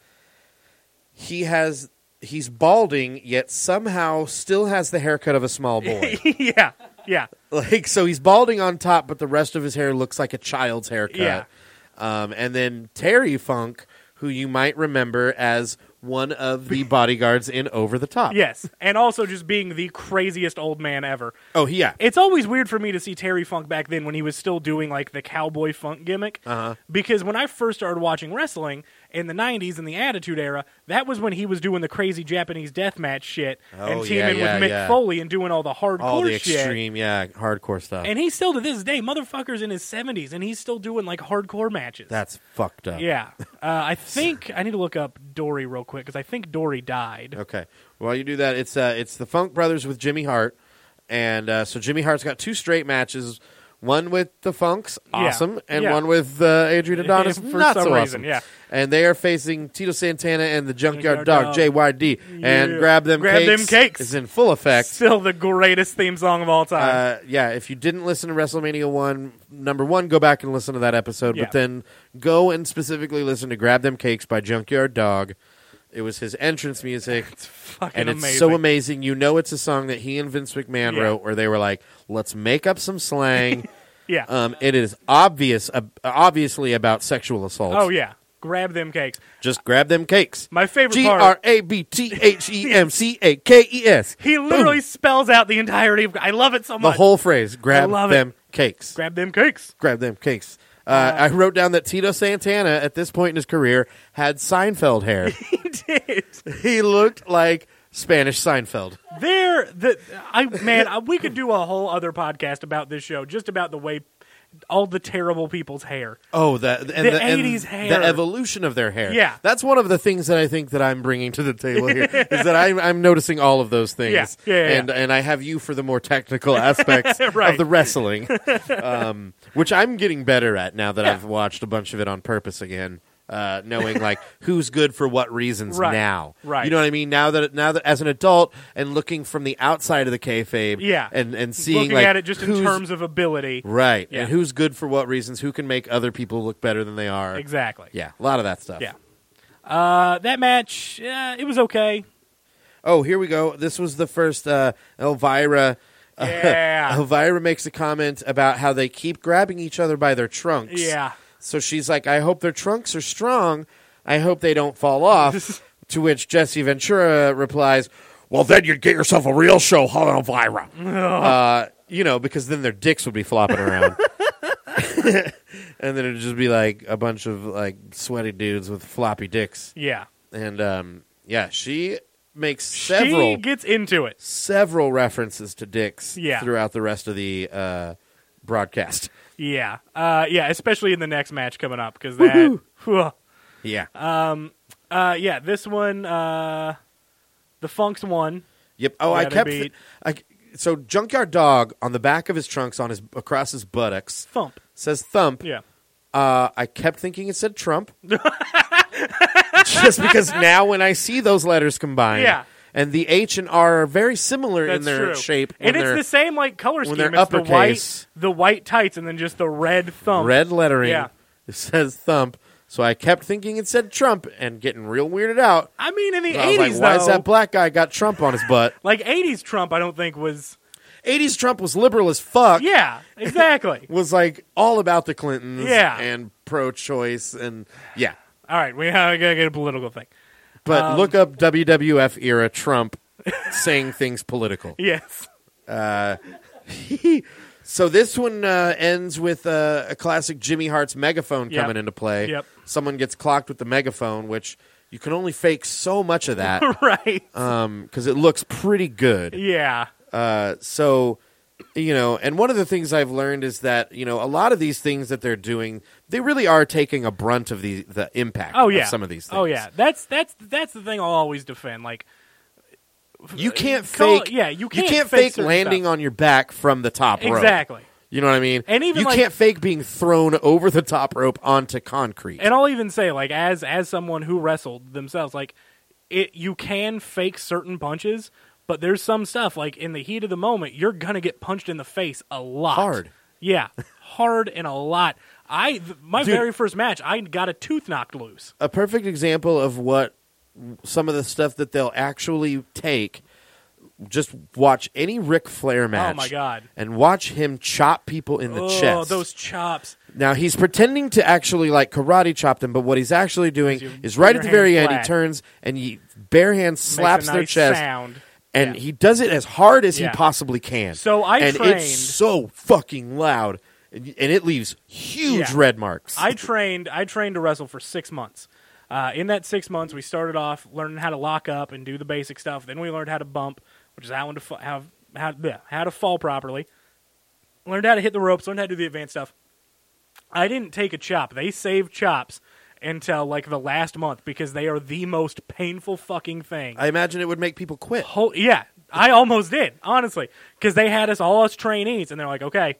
he has he's balding, yet somehow still has the haircut of a small boy. yeah, yeah, like so, he's balding on top, but the rest of his hair looks like a child's haircut. Yeah. Um, and then Terry Funk, who you might remember as one of the bodyguards in Over the Top. yes, and also just being the craziest old man ever. Oh, yeah. It's always weird for me to see Terry Funk back then when he was still doing like the cowboy funk gimmick. Uh-huh. Because when I first started watching wrestling in the 90s in the Attitude Era, that was when he was doing the crazy Japanese deathmatch shit and Oh, teaming yeah, yeah, with Mick yeah. Foley and doing all the hardcore All the shit. extreme, yeah, hardcore stuff. And he's still to this day, motherfuckers in his 70s, and he's still doing like hardcore matches. That's fucked up. yeah. Uh, I think I need to look up Dory real quick because I think Dory died. Okay. While you do that, it's uh, it's the Funk Brothers with Jimmy Hart, and uh, so Jimmy Hart's got two straight matches, one with the Funks, Yeah. awesome, and Yeah. one with uh, Adrian Adonis, For not some so reason, awesome. yeah. And they are facing Tito Santana and the Junkyard, Junkyard Dog. Dog, JYD, Yeah. and grab them Grab cakes Them Cakes. is in full effect. Still the greatest theme song of all time. Uh, yeah, if you didn't listen to WrestleMania one, number one, go back and listen to that episode. Yeah. But then go and specifically listen to "Grab Them Cakes" by Junkyard Dog. It was his entrance music, fucking and it's amazing. so amazing. You know, it's a song that he and Vince McMahon Yeah. wrote, where they were like, "Let's make up some slang." yeah. um, it is obvious, uh, obviously about sexual assault. oh, yeah. Grab them cakes. just grab them cakes. My favorite G part- R A B T H E M C A K E S. He literally spells out the entirety of. I love it so the much. whole phrase. Grab love it. them cakes. grab them cakes. grab them cakes. Uh, I wrote down that Tito Santana at this point in his career had Seinfeld hair. He did. he looked like Spanish Seinfeld. There, the I man, I, we could do a whole other podcast about this show, just about the way all the terrible people's hair. Oh, that and The the, and 80s hair. the evolution of their hair. Yeah. that's one of the things that I think that I'm bringing to the table here is that I'm, I'm noticing all of those things. Yeah, yeah, yeah, and and I have you for the more technical aspects Right. of the wrestling, um, which I'm getting better at now that I've watched a bunch of it on purpose again. Uh, knowing like who's good for what reasons Right, now, right. You know what I mean. Now that now that as an adult and looking from the outside of the kayfabe, Yeah. and and seeing Looking like at it just in who's- terms of ability, Right. Yeah. And who's good for what reasons? Who can make other people look better than they are? exactly. Yeah, a lot of that stuff. yeah. Uh, that match, uh, it was okay. Oh, here we go. This was the first uh, Elvira. Yeah. Elvira makes a comment about how they keep grabbing each other by their trunks. Yeah. So she's like, I hope their trunks are strong. I hope they don't fall off. to which Jesse Ventura replies, Well, then you'd get yourself a real show, huh, Elvira? uh, you know, because then their dicks would be flopping around. and then it'd just be like a bunch of like sweaty dudes with floppy dicks. Yeah. And um, yeah, she makes She several gets into it. several references to dicks Yeah. throughout the rest of the uh, broadcast. Yeah. Uh, yeah, especially in the next match coming up because that. Whew. Yeah. Uh, yeah, this one, uh, the Funks won. yep. Oh, I gotta kept. beat- I, so junkyard dog on the back of his trunks on his across his buttocks Thump. says thump. Yeah. Uh, I kept thinking it said Trump, just because now when I see those letters combined, Yeah. and the H and R are very similar That's in their true. shape, when and it's they're the same like color when scheme. they're It's the white, uppercase. the white tights, and then just the red thumb. red lettering. Yeah. It says thump. So I kept thinking it said Trump and getting real weirded out. I mean, in the I was like, eighties why though, is that black guy got Trump on his butt? like eighties Trump, I don't think was. 80s Trump was liberal as fuck. Yeah, exactly. Was like all about the Clintons Yeah. and pro choice and yeah. All right, we gotta get a political thing. But look up WWF era Trump saying things political. Yes. So this one uh, ends with uh, a classic Jimmy Hart's megaphone Yep. coming into play. Yep. Someone gets clocked with the megaphone, which you can only fake so much of that right. Uh, because it looks pretty good. yeah. Uh, so, you know, and one of the things I've learned is that you know a lot of these things that they're doing, they really are taking a brunt of the the impact. Oh yeah. of some of these. things. Oh yeah. That's that's that's the thing I'll always defend. Like you can't Uh, Call- fake. yeah, you can't fake fake, certain landing stuff. on your back from the top rope. exactly. You know what I mean? And even, you like- can't fake being thrown over the top rope onto concrete. And I'll even say like as as someone who wrestled themselves like it you can fake certain punches, but there's some stuff like in the heat of the moment you're going to get punched in the face a lot. Hard. Yeah. hard and a lot. I th- my Dude. very first match, I got a tooth knocked loose. a perfect example of what some of the stuff that they'll actually take. Just watch any Ric Flair match. Oh, my God. And watch him chop people in the oh, chest. those chops. Now he's pretending to actually like karate chop them, but what he's actually doing you- is right your at the very hand end, he flat. turns and he bare hand slaps Makes a their nice chest, sound. and Yeah. he does it as hard as Yeah. he possibly can. So I and trained- it's so fucking loud, and and it leaves huge Yeah. red marks. I trained. I trained to wrestle for six months. Uh, in that six months, we started off learning how to lock up and do the basic stuff. Then we learned how to bump, which is how to fa- how how, bleh, how to fall properly. Learned how to hit the ropes. Learned how to do the advanced stuff. I didn't take a chop. They saved chops until like the last month because they are the most painful fucking thing. I imagine it would make people quit. Whole, yeah, I almost did honestly because they had us all us trainees and they're like, okay,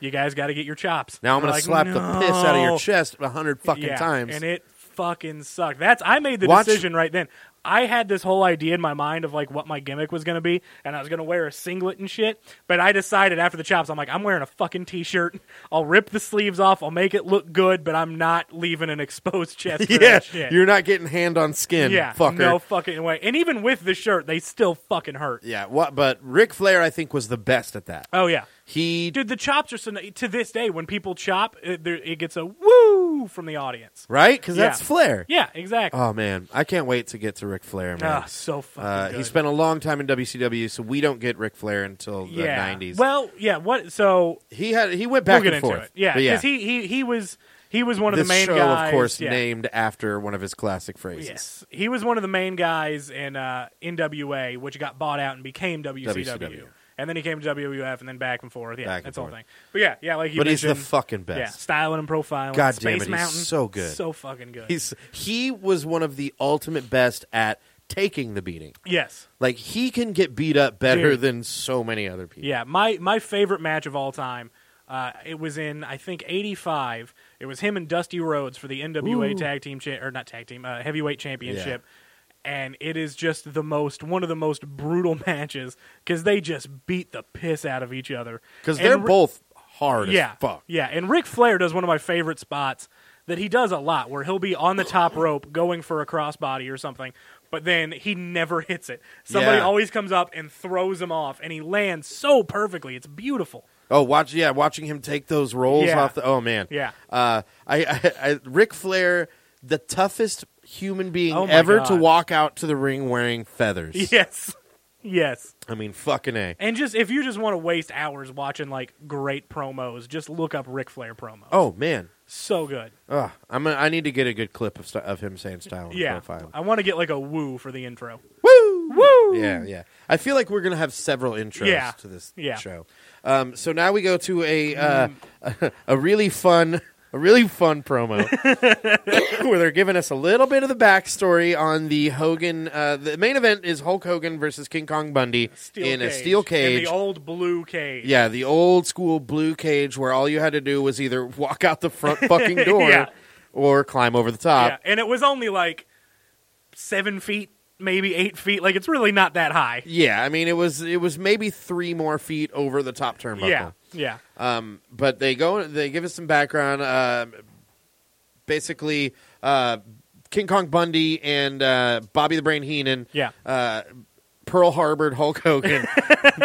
you guys got to get your chops. Now I'm We're gonna like, slap the piss out "No." of your chest a hundred fucking Yeah, times. and it fucking sucked. That's I made the Watch- decision right then. I had this whole idea in my mind of like what my gimmick was going to be, and I was going to wear a singlet and shit. But I decided after the chops, I'm like, I'm wearing a fucking t-shirt. I'll rip the sleeves off. I'll make it look good, but I'm not leaving an exposed chest. For yeah, that shit. you're not getting hand on skin, yeah, fucker. no fucking way. And even with the shirt, they still fucking hurt. yeah, what? But Ric Flair, I think, was the best at that. Oh yeah, He dude, the chops are so, to this day when people chop, it, there- it gets a woo from the audience. right because Yeah. that's Flair. Yeah, exactly. Oh man, I can't wait to get to Ric Flair, man. Ah, so fucking. uh, good. he spent a long time in WCW, so we don't get Ric Flair until the '90s. Well, yeah. What? So he had he went back we'll get and into forth. it. Yeah, But because he, he he was he was one of this the main show, guys. of course, yeah. Oh, named after one of his classic phrases. Yes, he was one of the main guys in uh, NWA, which got bought out and became WCW. WCW. And then he came to WWF, and then back and forth. Yeah, Back and that's the whole forth. thing. But yeah, yeah, like you But he's the mentioned, fucking Yeah, best. styling and profiling. God damn Space it, he's Mountain, so good. so fucking good. He's he was one of the ultimate best at taking the beating. yes, Like he can get beat up better Dude. than so many other people. Yeah, my my favorite match of all time. Uh, it was in I think '85. It was him and Dusty Rhodes for the NWA Tag Team cha- or not Tag Team uh, Heavyweight Championship, and it is just the most one of the most brutal matches because they just beat the piss out of each other because And they're Ri- both hard yeah, as fuck. Yeah, and Ric Flair does one of my favorite spots that he does a lot where he'll be on the top rope going for a crossbody or something, but then he never hits it. Somebody Yeah. always comes up and throws him off, and he lands so perfectly. It's beautiful. Oh, watch! Yeah, watching him take those rolls Yeah. off. the Oh man, Yeah. Uh, I, I, I Ric Flair, the toughest human being Oh, my ever to God. walk out to the ring wearing feathers. Yes. Yes. I mean, fucking a. And just if you just want to waste hours watching like great promos, just look up Ric Flair promos. Oh man, So good. Ugh, I'm. Gonna, I need to get a good clip of st- of him saying style and Yeah. profile. I want to get like a woo for the intro. Woo, Woo! Yeah, yeah. I feel like we're gonna have several intros Yeah. to this Yeah. show. Um, so now we go to a uh, Mm. a really fun a really fun promo where they're giving us a little bit of the backstory on the Hogan. Uh, the main event is Hulk Hogan versus King Kong Bundy Steel in a cage. steel cage. In the old blue cage. yeah, the old school blue cage where all you had to do was either walk out the front fucking door Yeah. or climb over the top. yeah, and it was only like seven feet, maybe eight feet. Like it's really not that high. Yeah, I mean it was it was maybe three more feet over the top turnbuckle. Yeah, yeah, Um, but they go they give us some background. Um basically, uh, King Kong Bundy and uh, Bobby the Brain Heenan. yeah, Uh, Pearl Harbored Hulk Hogan,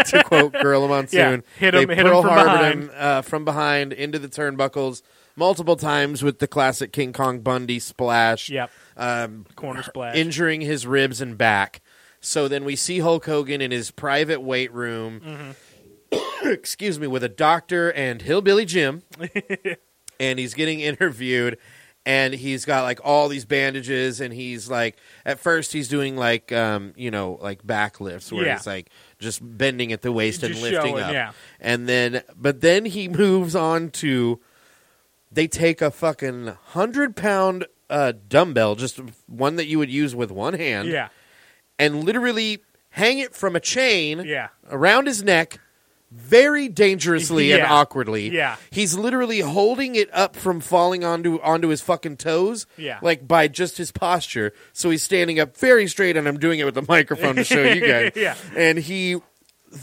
to quote Gorilla Monsoon. Yeah, hit him- they hit him Pearl from Harbored behind. him uh, from behind into the turnbuckles. multiple times with the classic King Kong Bundy splash. Yep. Um, Corner splash. injuring his ribs and back. So then we see Hulk Hogan in his private weight room, Mm-hmm. excuse me, with a doctor and Hillbilly Jim, and he's getting interviewed. And he's got like all these bandages, and he's like, at first he's doing like, um, you know, like back lifts where Yeah. he's like just bending at the waist and Just lifting showing, up, yeah. and then but then he moves on to they take a fucking hundred pound uh, dumbbell, just one that you would use with one hand, yeah, and literally hang it from a chain Yeah. around his neck very dangerously and Yeah. awkwardly. Yeah. He's literally holding it up from falling onto onto his fucking toes. Yeah. Like by just his posture. So he's standing up very straight and I'm doing it with the microphone to show you guys. Yeah. And he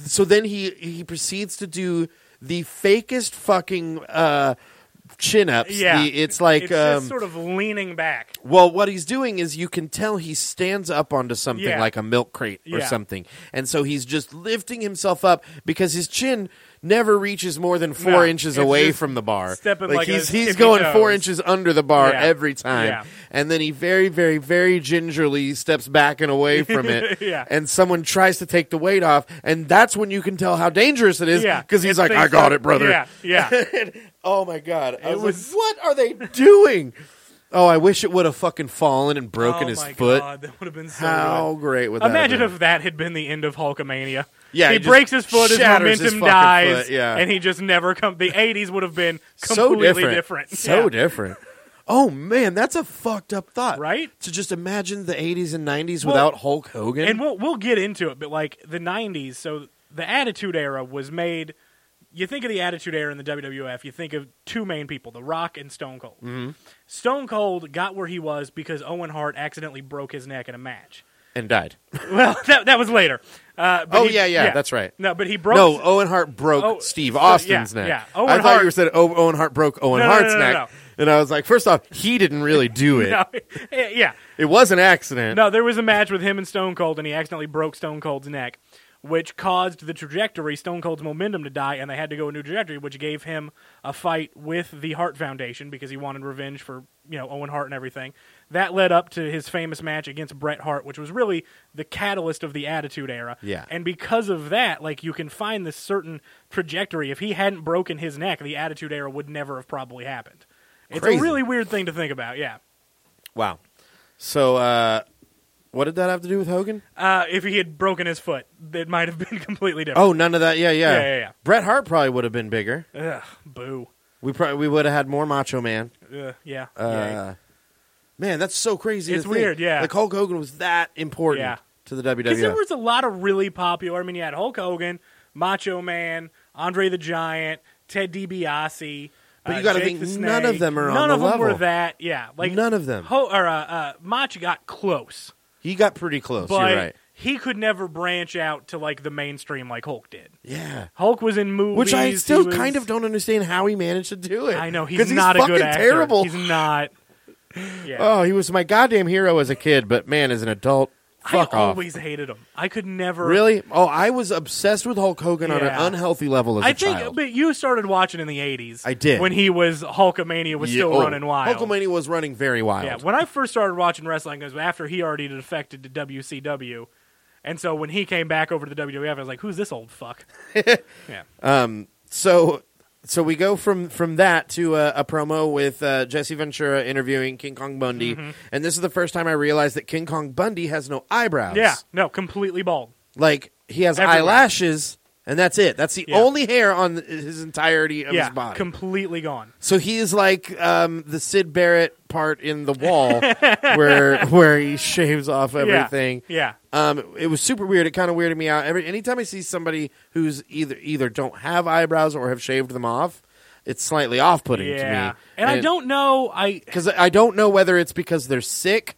so then he he proceeds to do the fakest fucking uh chin ups. yeah. it's like it's um just sort of leaning back. well, what he's doing is you can tell he stands up onto something Yeah. like a milk crate or Yeah. something. And so he's just lifting himself up because his chin never reaches more than four No, inches it's away just from the bar. stepping like he's a he's tippy going toes. four inches under the bar Yeah. every time. Yeah. And then he very, very, very gingerly steps back and away from it. Yeah. And someone tries to take the weight off, and that's when you can tell how dangerous it is Yeah, because he's It like, thinks I got that- it, brother. Yeah, yeah. Oh my god! I It was, was- like, what are they doing? oh, I wish it would have fucking fallen and broken oh his my foot. God, that would have been so. How good. great would that Imagine have if that had been the end of Hulkamania. Yeah, he, he just breaks his foot, his shatters momentum his fucking dies, foot, yeah. and he just never come. The '80s would have been been? completely so different, so Yeah. different. Oh man, that's a fucked up thought, Right? To just imagine the '80s and '90s Well, without Hulk Hogan. and we'll we'll get into it, but like the '90s, so the Attitude Era was made. You think of the Attitude Era in the WWF, you think of two main people, The Rock and Stone Cold. Mm-hmm. Stone Cold got where he was because Owen Hart accidentally broke his neck in a match. And died. Well, that that was later. Uh, but Oh, he- yeah, yeah, that's right. No, but he broke. no, Owen Hart broke Oh, Steve so, Austin's yeah, neck. yeah. I Owen thought you Hart- were saying oh, Owen Hart broke Owen No, no, no, Hart's no, no, neck, and I was like, first off, he didn't really do it. no, yeah, It was an accident. No, there was a match with him and Stone Cold, and he accidentally broke Stone Cold's neck, which caused the trajectory, Stone Cold's momentum to die, and they had to go a new trajectory, which gave him a fight with the Hart Foundation because he wanted revenge for you know Owen Hart and everything. That led up to his famous match against Bret Hart, which was really the catalyst of the Attitude Era. Yeah. and because of that, like you can find this certain trajectory. If he hadn't broken his neck, the Attitude Era would never have probably happened. It's Crazy. a really weird thing to think about. Yeah. Wow. So, uh, what did that have to do with Hogan? Uh, if he had broken his foot, it might have been completely different. Oh, none of that. Yeah, yeah. Yeah, yeah, yeah. Bret Hart probably would have been bigger. Ugh, boo. We probably we would have had more Macho Man. Ugh, yeah. Uh, man, that's so crazy. It's to think. weird, yeah. Like Hulk Hogan was that important Yeah. to the E. WWE. Because there was a lot of really popular. I mean, you had Hulk Hogan, Macho Man, Andre the Giant, Ted DiBiase. uh, But you got gotta to think none of them are on None the of them were level. that. Yeah, like None of them. Ho- or uh, uh, Macho got close, he got pretty close. but You're right. he could never branch out to like the mainstream like Hulk did. Yeah. Hulk was in movies, Which I he still was- kind of don't understand how he managed to do it. I know he's, 'Cause not a fucking good actor. terrible. He's not. Yeah. oh, he was my goddamn hero as a kid, but man, as an adult, fuck I off. always hated him. I could never Really? Oh, I was obsessed with Hulk Hogan on an Yeah. unhealthy level as a I think, child. but you started watching in the '80s. I did. when he was Hulkamania was Yeah, still oh, running wild. Hulkamania was running very wild. Yeah, when I first started watching wrestling, it was after he already defected to WCW, and so when he came back over to the WWF, I was like, "Who's this old fuck?" yeah, so so we go from from that to a, a promo with uh, Jesse Ventura interviewing King Kong Bundy, Mm-hmm. and this is the first time I realized that King Kong Bundy has no eyebrows. yeah, no, completely bald. like he has Everywhere. eyelashes, and that's it. That's the Yeah. only hair on his entirety of yeah, his body. completely gone. so he is like um, the Sid Barrett part in the wall, where where he shaves off Yeah, everything. Yeah, Um, it was super weird. It kind of weirded me out. Every anytime I see somebody who's either either don't have eyebrows or have shaved them off, it's slightly off putting yeah, to me. and I don't know. I because I don't know whether it's because they're sick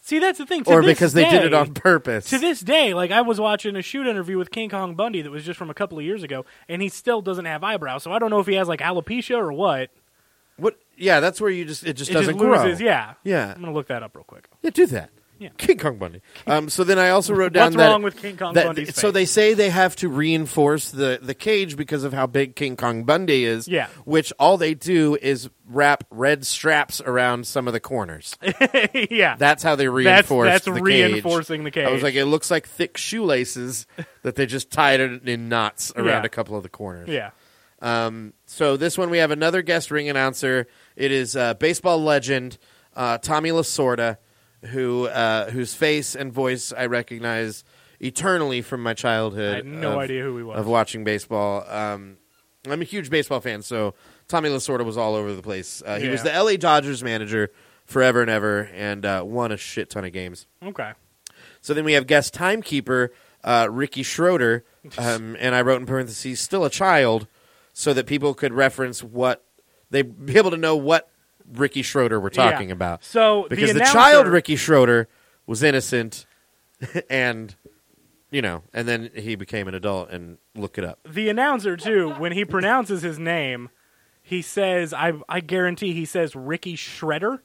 see that's the thing, to or this because they did it day- on purpose. to this day, like I was watching a shoot interview with King Kong Bundy that was just from a couple of years ago, and he still doesn't have eyebrows. So I don't know if he has like alopecia or what. what? Yeah, that's where you just it just It doesn't just loses. grow. Yeah, Yeah. I'm gonna look that up real quick. yeah, do that. Yeah. King Kong Bundy. Um, so then I also wrote down What's that wrong with King Kong that- Bundy's So face? they say they have to reinforce the the cage because of how big King Kong Bundy is. Yeah. Which all they do is wrap red straps around some of the corners. yeah. That's how they reinforce. that's the reinforcing the cage. I was cage. like, it looks like thick shoelaces that they just tied it in knots around Yeah. a couple of the corners. yeah. So this one we have another guest ring announcer. It is uh, baseball legend uh, Tommy Lasorda, who uh, whose face and voice I recognize eternally from my childhood. I had no of- idea who he was. of watching baseball. Um, I'm a huge baseball fan, so Tommy Lasorda was all over the place. Uh, he was the Yeah. LA Dodgers manager forever and ever, and uh, won a shit ton of games. Okay. So then we have guest timekeeper uh, Ricky Schroeder, um, and I wrote in parentheses still a child, so that people could reference what they be able to know what Ricky Schroeder we're Yeah. talking about. So the because the, announcer- child Ricky Schroeder was innocent, and you know, and then he became an adult and look it up. the announcer too when he pronounces his name he says i i guarantee he says ricky shredder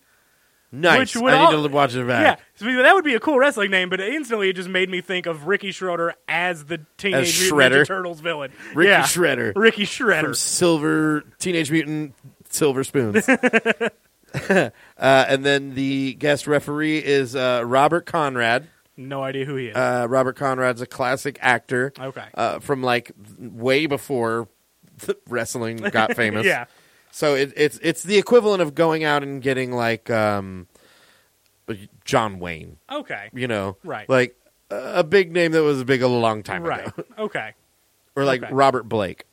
Nice. Which would I need al- to watch it yeah back. so that would be a cool wrestling name but instantly it just made me think of ricky schroeder as the teenage Mutant Ninja Shredder. turtles villain Ricky yeah. Shredder. ricky shredder from Silver Teenage Mutant Silver Spoons. uh, and then the guest referee is uh, Robert Conrad. no idea who he is Uh, Robert Conrad's a classic actor. Okay. Uh, from like way before wrestling got famous. yeah So it, it's it's the equivalent of going out and getting like um, John Wayne. okay You know, Right. Like a a big name that was big a long time right ago, okay or like Okay. Robert Blake.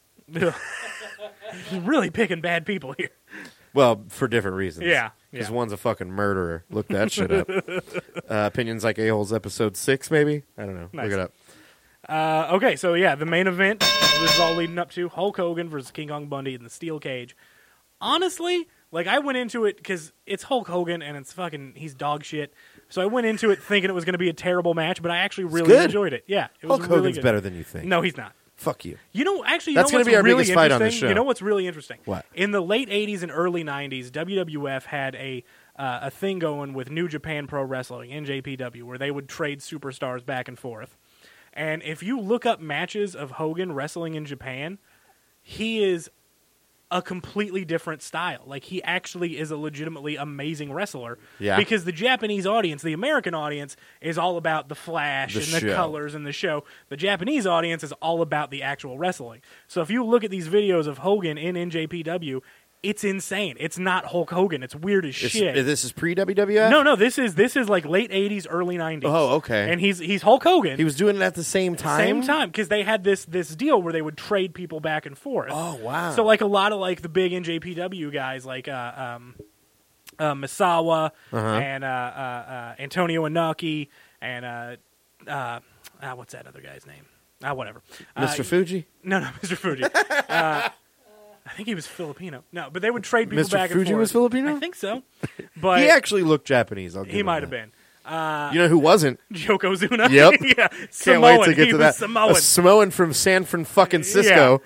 really picking bad people here Well, for different reasons. Yeah, Because yeah. one's a fucking murderer. Look that shit up. Uh, opinions like A-Holes episode six, maybe? I don't know. Nice. Look it up. Uh, okay, so yeah, the main event. This is all leading up to Hulk Hogan versus King Kong Bundy in the steel cage. Honestly, like I went into it because it's Hulk Hogan and it's fucking he's dog shit. So I went into it thinking it was going to be a terrible match, but I actually really good. enjoyed it. Yeah, it was Hulk really Hogan's good. better than you think. No, he's not. Fuck you. You know, actually, you That's know gonna what's be our really biggest fight on this interesting? show. You know what's really interesting? What? In the late '80s and early '90s, WWF had a uh, a thing going with New Japan Pro Wrestling (NJPW), where they would trade superstars back and forth. And if you look up matches of Hogan wrestling in Japan, he is a completely different style. Like he actually is a legitimately amazing wrestler. Yeah. Because the Japanese audience, the American audience, is all about the flash The and the show. colors and the show. The Japanese audience is all about the actual wrestling. So if you look at these videos of Hogan in NJPW, it's insane. It's not Hulk Hogan. It's weird as This, shit. this is pre-WWF? no, no, this is this is like late '80s, early '90s. Oh, okay. And he's he's Hulk Hogan. He was doing it at the same time? Same time because they had this this deal where they would trade people back and forth. Oh, wow. So like a lot of like the big NJPW guys like uh, um, uh, Misawa Uh-huh. and uh, uh, uh, Antonio Inoki and uh, uh, ah, what's that other guy's name? Ah, whatever. Mr. Uh, Fuji? no, no, Mr. Fuji. uh, I think he was Filipino. No, but they would trade people Mr. back and Fuji forth. was Filipino? I think so. But he actually looked Japanese. I'll give he him might have that. been. you know who wasn't? Yokozuna. Yep. yeah. Can't Samoan. wait to get he was to that. Samoan. A Samoan from San Francisco.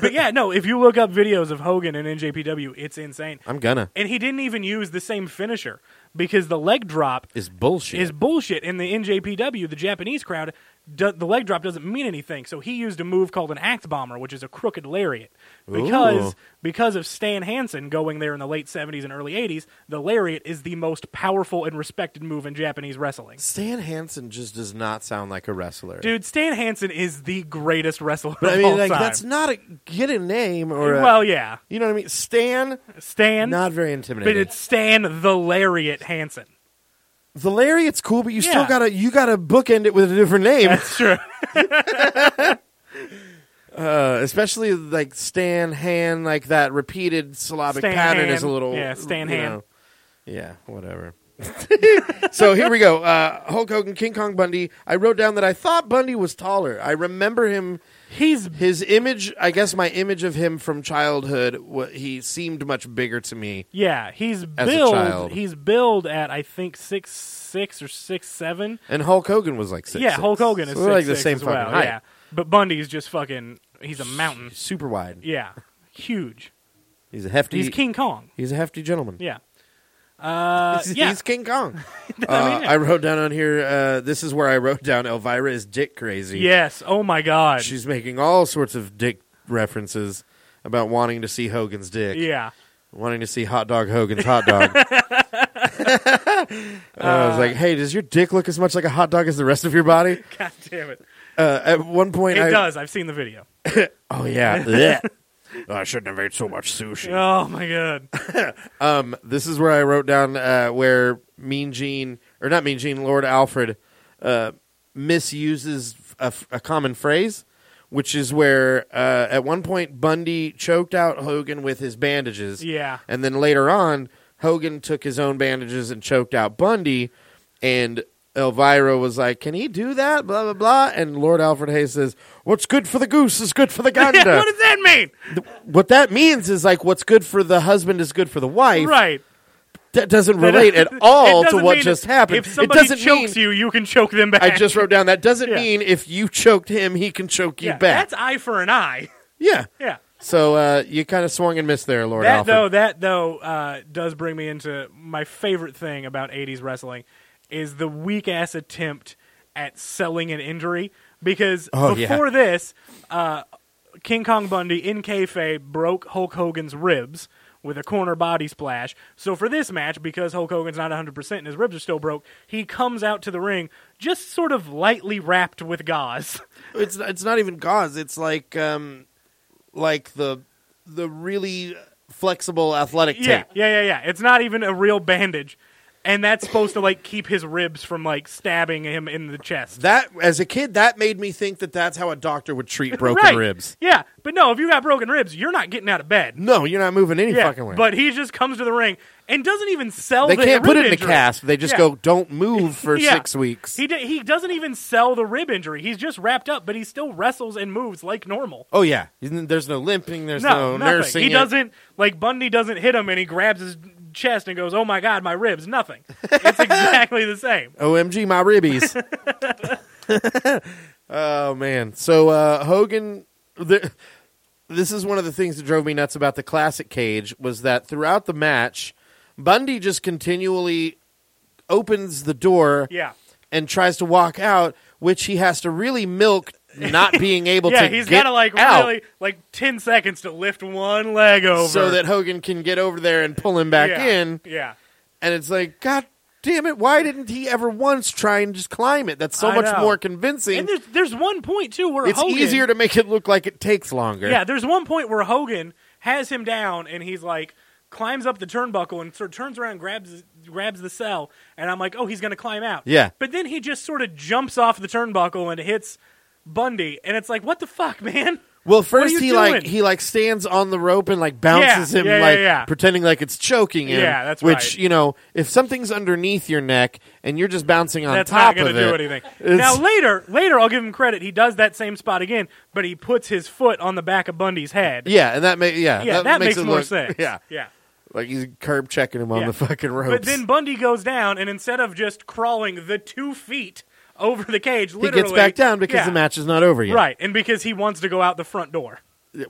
but yeah, no, if you look up videos of Hogan and NJPW, it's insane. I'm gonna. And he didn't even use the same finisher because the leg drop Is bullshit. is bullshit. In the NJPW, the Japanese crowd, do, the leg drop doesn't mean anything. So he used a move called an axe bomber, which is a crooked lariat. Because Ooh. because of Stan Hansen going there in the late 70s and early 80s, the lariat is the most powerful and respected move in Japanese wrestling. Stan Hansen just does not sound like a wrestler. Dude, Stan Hansen is the greatest wrestler but I of all mean, like, time. that's not a get a name or a, well, yeah. you know what I mean. Stan, Stan not very But intimidating. it's Stan the Lariat Hansen. The lariat's cool, but you still Yeah. gotta you gotta bookend it with a different name, That's true. uh, especially like Stan Han, like that repeated syllabic Stan pattern Han. is a little Yeah, Stan you Han. know. yeah, whatever. so here we go. Uh, Hulk Hogan, King Kong Bundy. I wrote down that I thought Bundy was taller. I remember him. He's His image, I guess, my image of him from childhood, wa he seemed much bigger to me. yeah, he's As a billed child. he's billed at I think six six or six seven. And Hulk Hogan was like six. yeah, Hulk Hogan is So we're like six, the six same as well. fucking height. Yeah. But Bundy's just fucking he's a mountain. super wide. Yeah. Huge. He's a hefty. He's King Kong. He's a hefty gentleman. Yeah. Uh, he's, yeah, he's King Kong. I mean, Uh, yeah. I wrote down on here. Uh, this is where I wrote down Elvira is dick crazy. yes. Oh my god. she's making all sorts of dick references about wanting to see Hogan's dick. yeah. wanting to see hot dog Hogan's hot dog. Uh, I was like, "Hey, does your dick look as much like a hot dog as the rest of your body?" God damn it. Uh, at one point, It I does. I've seen the video. oh yeah, Blech. Oh, I shouldn't have ate so much sushi. Oh my god. Um, this is where I wrote down uh, where Mean Gene or not Mean Gene, Lord Alfred uh, misuses a, a common phrase, which is where uh, at one point Bundy choked out Hogan with his bandages. Yeah. And then later on, Hogan took his own bandages and choked out Bundy, and Elvira was like, "Can he do that?" Blah blah blah. And Lord Alfred Hayes says, "What's good for the goose is good for the gander." Yeah, what does that mean? what that means is like, what's good for the husband is good for the wife. Right. That doesn't relate at all It to doesn't what mean just if- happened. If it somebody doesn't mean chokes you, you can choke them back. I just wrote down that doesn't Yeah. mean if you choked him, he can choke you yeah, back. That's eye for an eye. yeah. Yeah. So uh, you kind of swung and missed there, Lord That Alfred. though, that though, uh, does bring me into my favorite thing about '80s wrestling is the weak ass attempt at selling an injury. Because Oh, yeah. before this, uh, King Kong Bundy in kayfabe broke Hulk Hogan's ribs with a corner body splash. So for this match, because Hulk Hogan's not 100% and his ribs are still broke, he comes out to the ring just sort of lightly wrapped with gauze. it's it's not even gauze. It's like um, like the the really flexible athletic Yeah, tape. yeah, yeah, yeah. It's not even a real bandage, and that's supposed to like keep his ribs from like stabbing him in the chest. That as a kid, that made me think that that's how a doctor would treat broken right. ribs. Yeah, but no, if you got broken ribs, you're not getting out of bed. No, you're not moving any Yeah, fucking way. but he just comes to the ring and doesn't even sell. they the can't put rib it in a injury. cast. They just Yeah. go, "Don't move for Yeah. six weeks." He d- he doesn't even sell the rib injury. He's just wrapped up, but he still wrestles and moves like normal. Oh yeah, there's no limping. There's No, no, nothing. nursing. He it. doesn't like Bundy doesn't hit him, and he grabs his chest and goes, "Oh my god, my ribs!" Nothing. It's exactly the same. OMG, my ribbies. oh man. So uh, Hogan, the, this is one of the things that drove me nuts about the classic cage was that throughout the match, Bundy just continually opens the door Yeah. and tries to walk out, which he has to really milk not being able yeah, to. he's got gotta to like out really like ten seconds to lift one leg over so that Hogan can get over there and pull him back yeah. in. Yeah, and it's like god damn it why didn't he ever once try and just climb it that's so I much know. more convincing and there's there's one point too where it's Hogan, easier to make it look like it takes longer Yeah, there's one point where Hogan has him down and he's like climbs up the turnbuckle and sort of turns around and grabs grabs the cell and I'm like, oh, he's gonna climb out. Yeah. but then he just sort of jumps off the turnbuckle and hits Bundy, and it's like, what the fuck, man? well are first you he doing? like he like stands on the rope and like bounces Yeah, him yeah, yeah, like yeah. pretending like it's choking him Yeah, that's which right. you know if something's underneath your neck and you're just bouncing on That's not top going of to do it anything. it's- Now later, later I'll give him credit. He does that same spot again, but he puts his foot on the back of Bundy's head. yeah and that makes yeah, yeah, that, makes, it more look- sense. yeah yeah. like he's curb checking him on Yeah. the fucking ropes But then Bundy goes down, and instead of just crawling the two feet over the cage, he literally gets back down because yeah, the match is not over yet Right, and because he wants to go out the front door.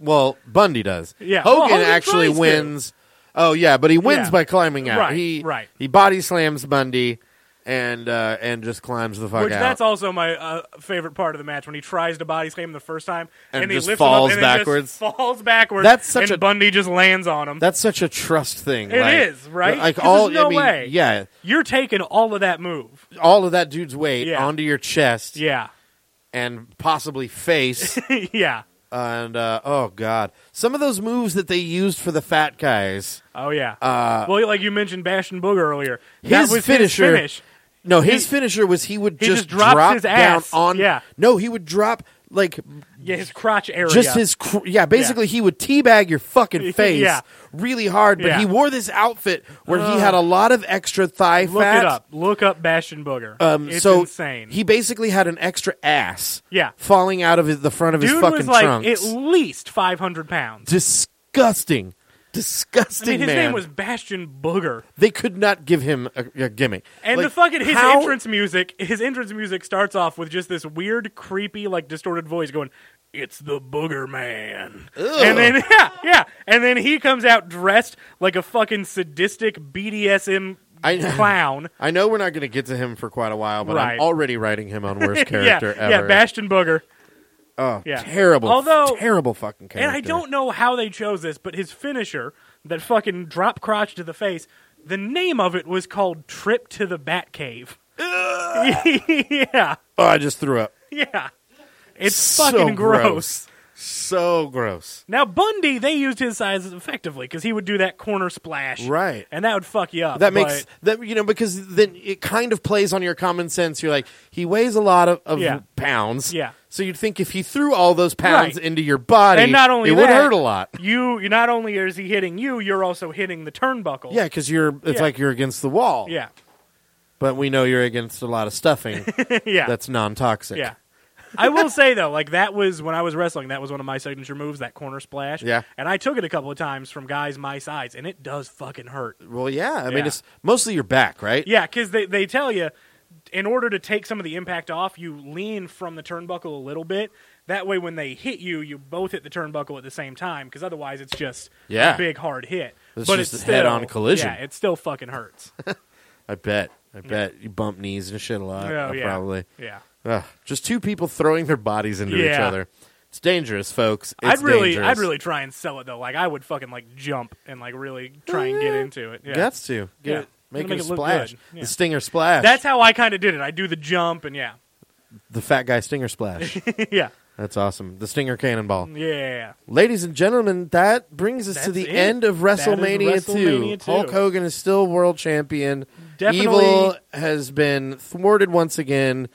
Well, Bundy does. Yeah. Hogan, Well, Hogan actually tries to. wins. Oh yeah, but he wins Yeah. by climbing out. Right, He right. he body slams Bundy and uh, and just climbs the fuck Which out. that's also my uh, favorite part of the match when he tries to body slam him the first time And he just lifts him up falls and then just backwards. falls backwards. That's such and a- Bundy just lands on him. That's such a trust thing. It It is is, right? Like 'Cause all there's no I mean, way. Yeah, You're taking all of that move. all of that dude's weight Yeah. onto your chest Yeah, and possibly face yeah. and uh, oh god, some of those moves that they used for the fat guys. Oh yeah. Uh, well, like you mentioned, Bash and Booger earlier. His that was finisher- his finish. No, his He- finisher was he would he just, just drops drop his down ass. on. Yeah. No, he would drop like Yeah, his crotch area. just his cr- yeah basically he would teabag your fucking face Yeah. really hard but Yeah. he wore this outfit where he had a lot of extra thigh Look fat it up. Look up Bash and Booger. Um, it's so insane. he basically had an extra ass Yeah. falling out of his, the front of his Dude fucking was like trunks at least 500 pounds. disgusting I disgusting mean, his man. name was Bastion Booger, they could not give him a, a gimmick. and Like, the fucking his how- entrance music. His entrance music starts off with just this weird, creepy, like distorted voice going, "It's the Booger Man," and then yeah, yeah, and then he comes out dressed like a fucking sadistic BDSM I- clown. I know we're not going to get to him for quite a while, but Right. I'm already writing him on worst yeah, character yeah, ever. Bastion Booger. oh, yeah. terrible. Although- terrible fucking character. And I don't know how they chose this, but his finisher, that fucking drop crotch to the face, the name of it was called Trip to the Batcave. yeah, Oh, I just threw up. yeah. It's So fucking gross. gross. So gross. Now Bundy, they used his size effectively because he would do that corner splash, Right. And that would fuck you up. That makes but- that you know because then it kind of plays on your common sense. You're like, he weighs a lot of, of Yeah. pounds. Yeah. So you'd think if he threw all those pounds Right. into your body, and not only it that, would hurt a lot. You, you not only is he hitting you, you're also hitting the turnbuckle. Yeah, because you're it's Yeah. like you're against the wall. yeah, But we know you're against a lot of stuffing yeah. that's non toxic. Yeah. I will say though, like that was when I was wrestling, that was one of my signature moves, that corner splash. Yeah. And I took it a couple of times from guys my size, and it does fucking hurt. Well, yeah. I Yeah. mean, it's mostly your back, right? Yeah, because they, they tell you in order to take some of the impact off, you lean from the turnbuckle a little bit. That way, when they hit you, you both hit the turnbuckle at the same time, because otherwise, it's just Yeah. a big hard hit. It's but just it's a head-on still- collision. Uh, Yeah, it still fucking hurts. I bet. I bet you bump knees and shit a lot. Oh, uh, yeah. Probably. yeah. Ugh, just two people throwing their bodies into each Yeah. other. It's dangerous, folks. It's I'd really, dangerous. I'd really try and sell it though. Like I would fucking like jump and like really try and get Eh, into it. Yeah. Got to get Yeah. it, make, Make it a it look splash. good. Yeah. The stinger splash. That's how I kind of did it. I do the jump and yeah, the fat guy stinger splash. yeah, That's awesome. The stinger cannonball. yeah. Ladies and gentlemen, that brings Mm. us That's to the it. end of That is WrestleMania, 2. WrestleMania 2. Hulk Hogan is still world champion. Definitely- Evil has been thwarted once again.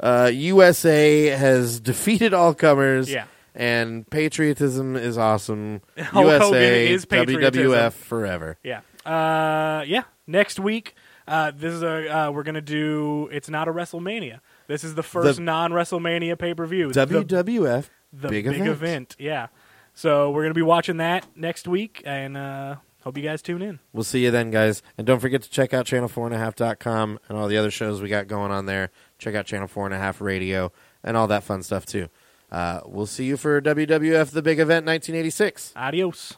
Uh, USA has defeated all comers. Yeah. And patriotism is awesome. Hulk USA, Hogan is patriotism. WWF forever. Yeah. Uh, yeah. Next week, uh, this is a uh, we're gonna do. It's not a WrestleMania. This is the first The- non WrestleMania pay per view. the, WWF, the big, big, event. event. Yeah. So we're gonna be watching that next week, and uh, hope you guys tune in. We'll see you then, guys. And don't forget to check out channel4.5.com and all the other shows we got going on there. Check out Channel 4.5 Radio and all that fun stuff, too. Uh, we'll see you for WWF The Big Event 1986. Adios.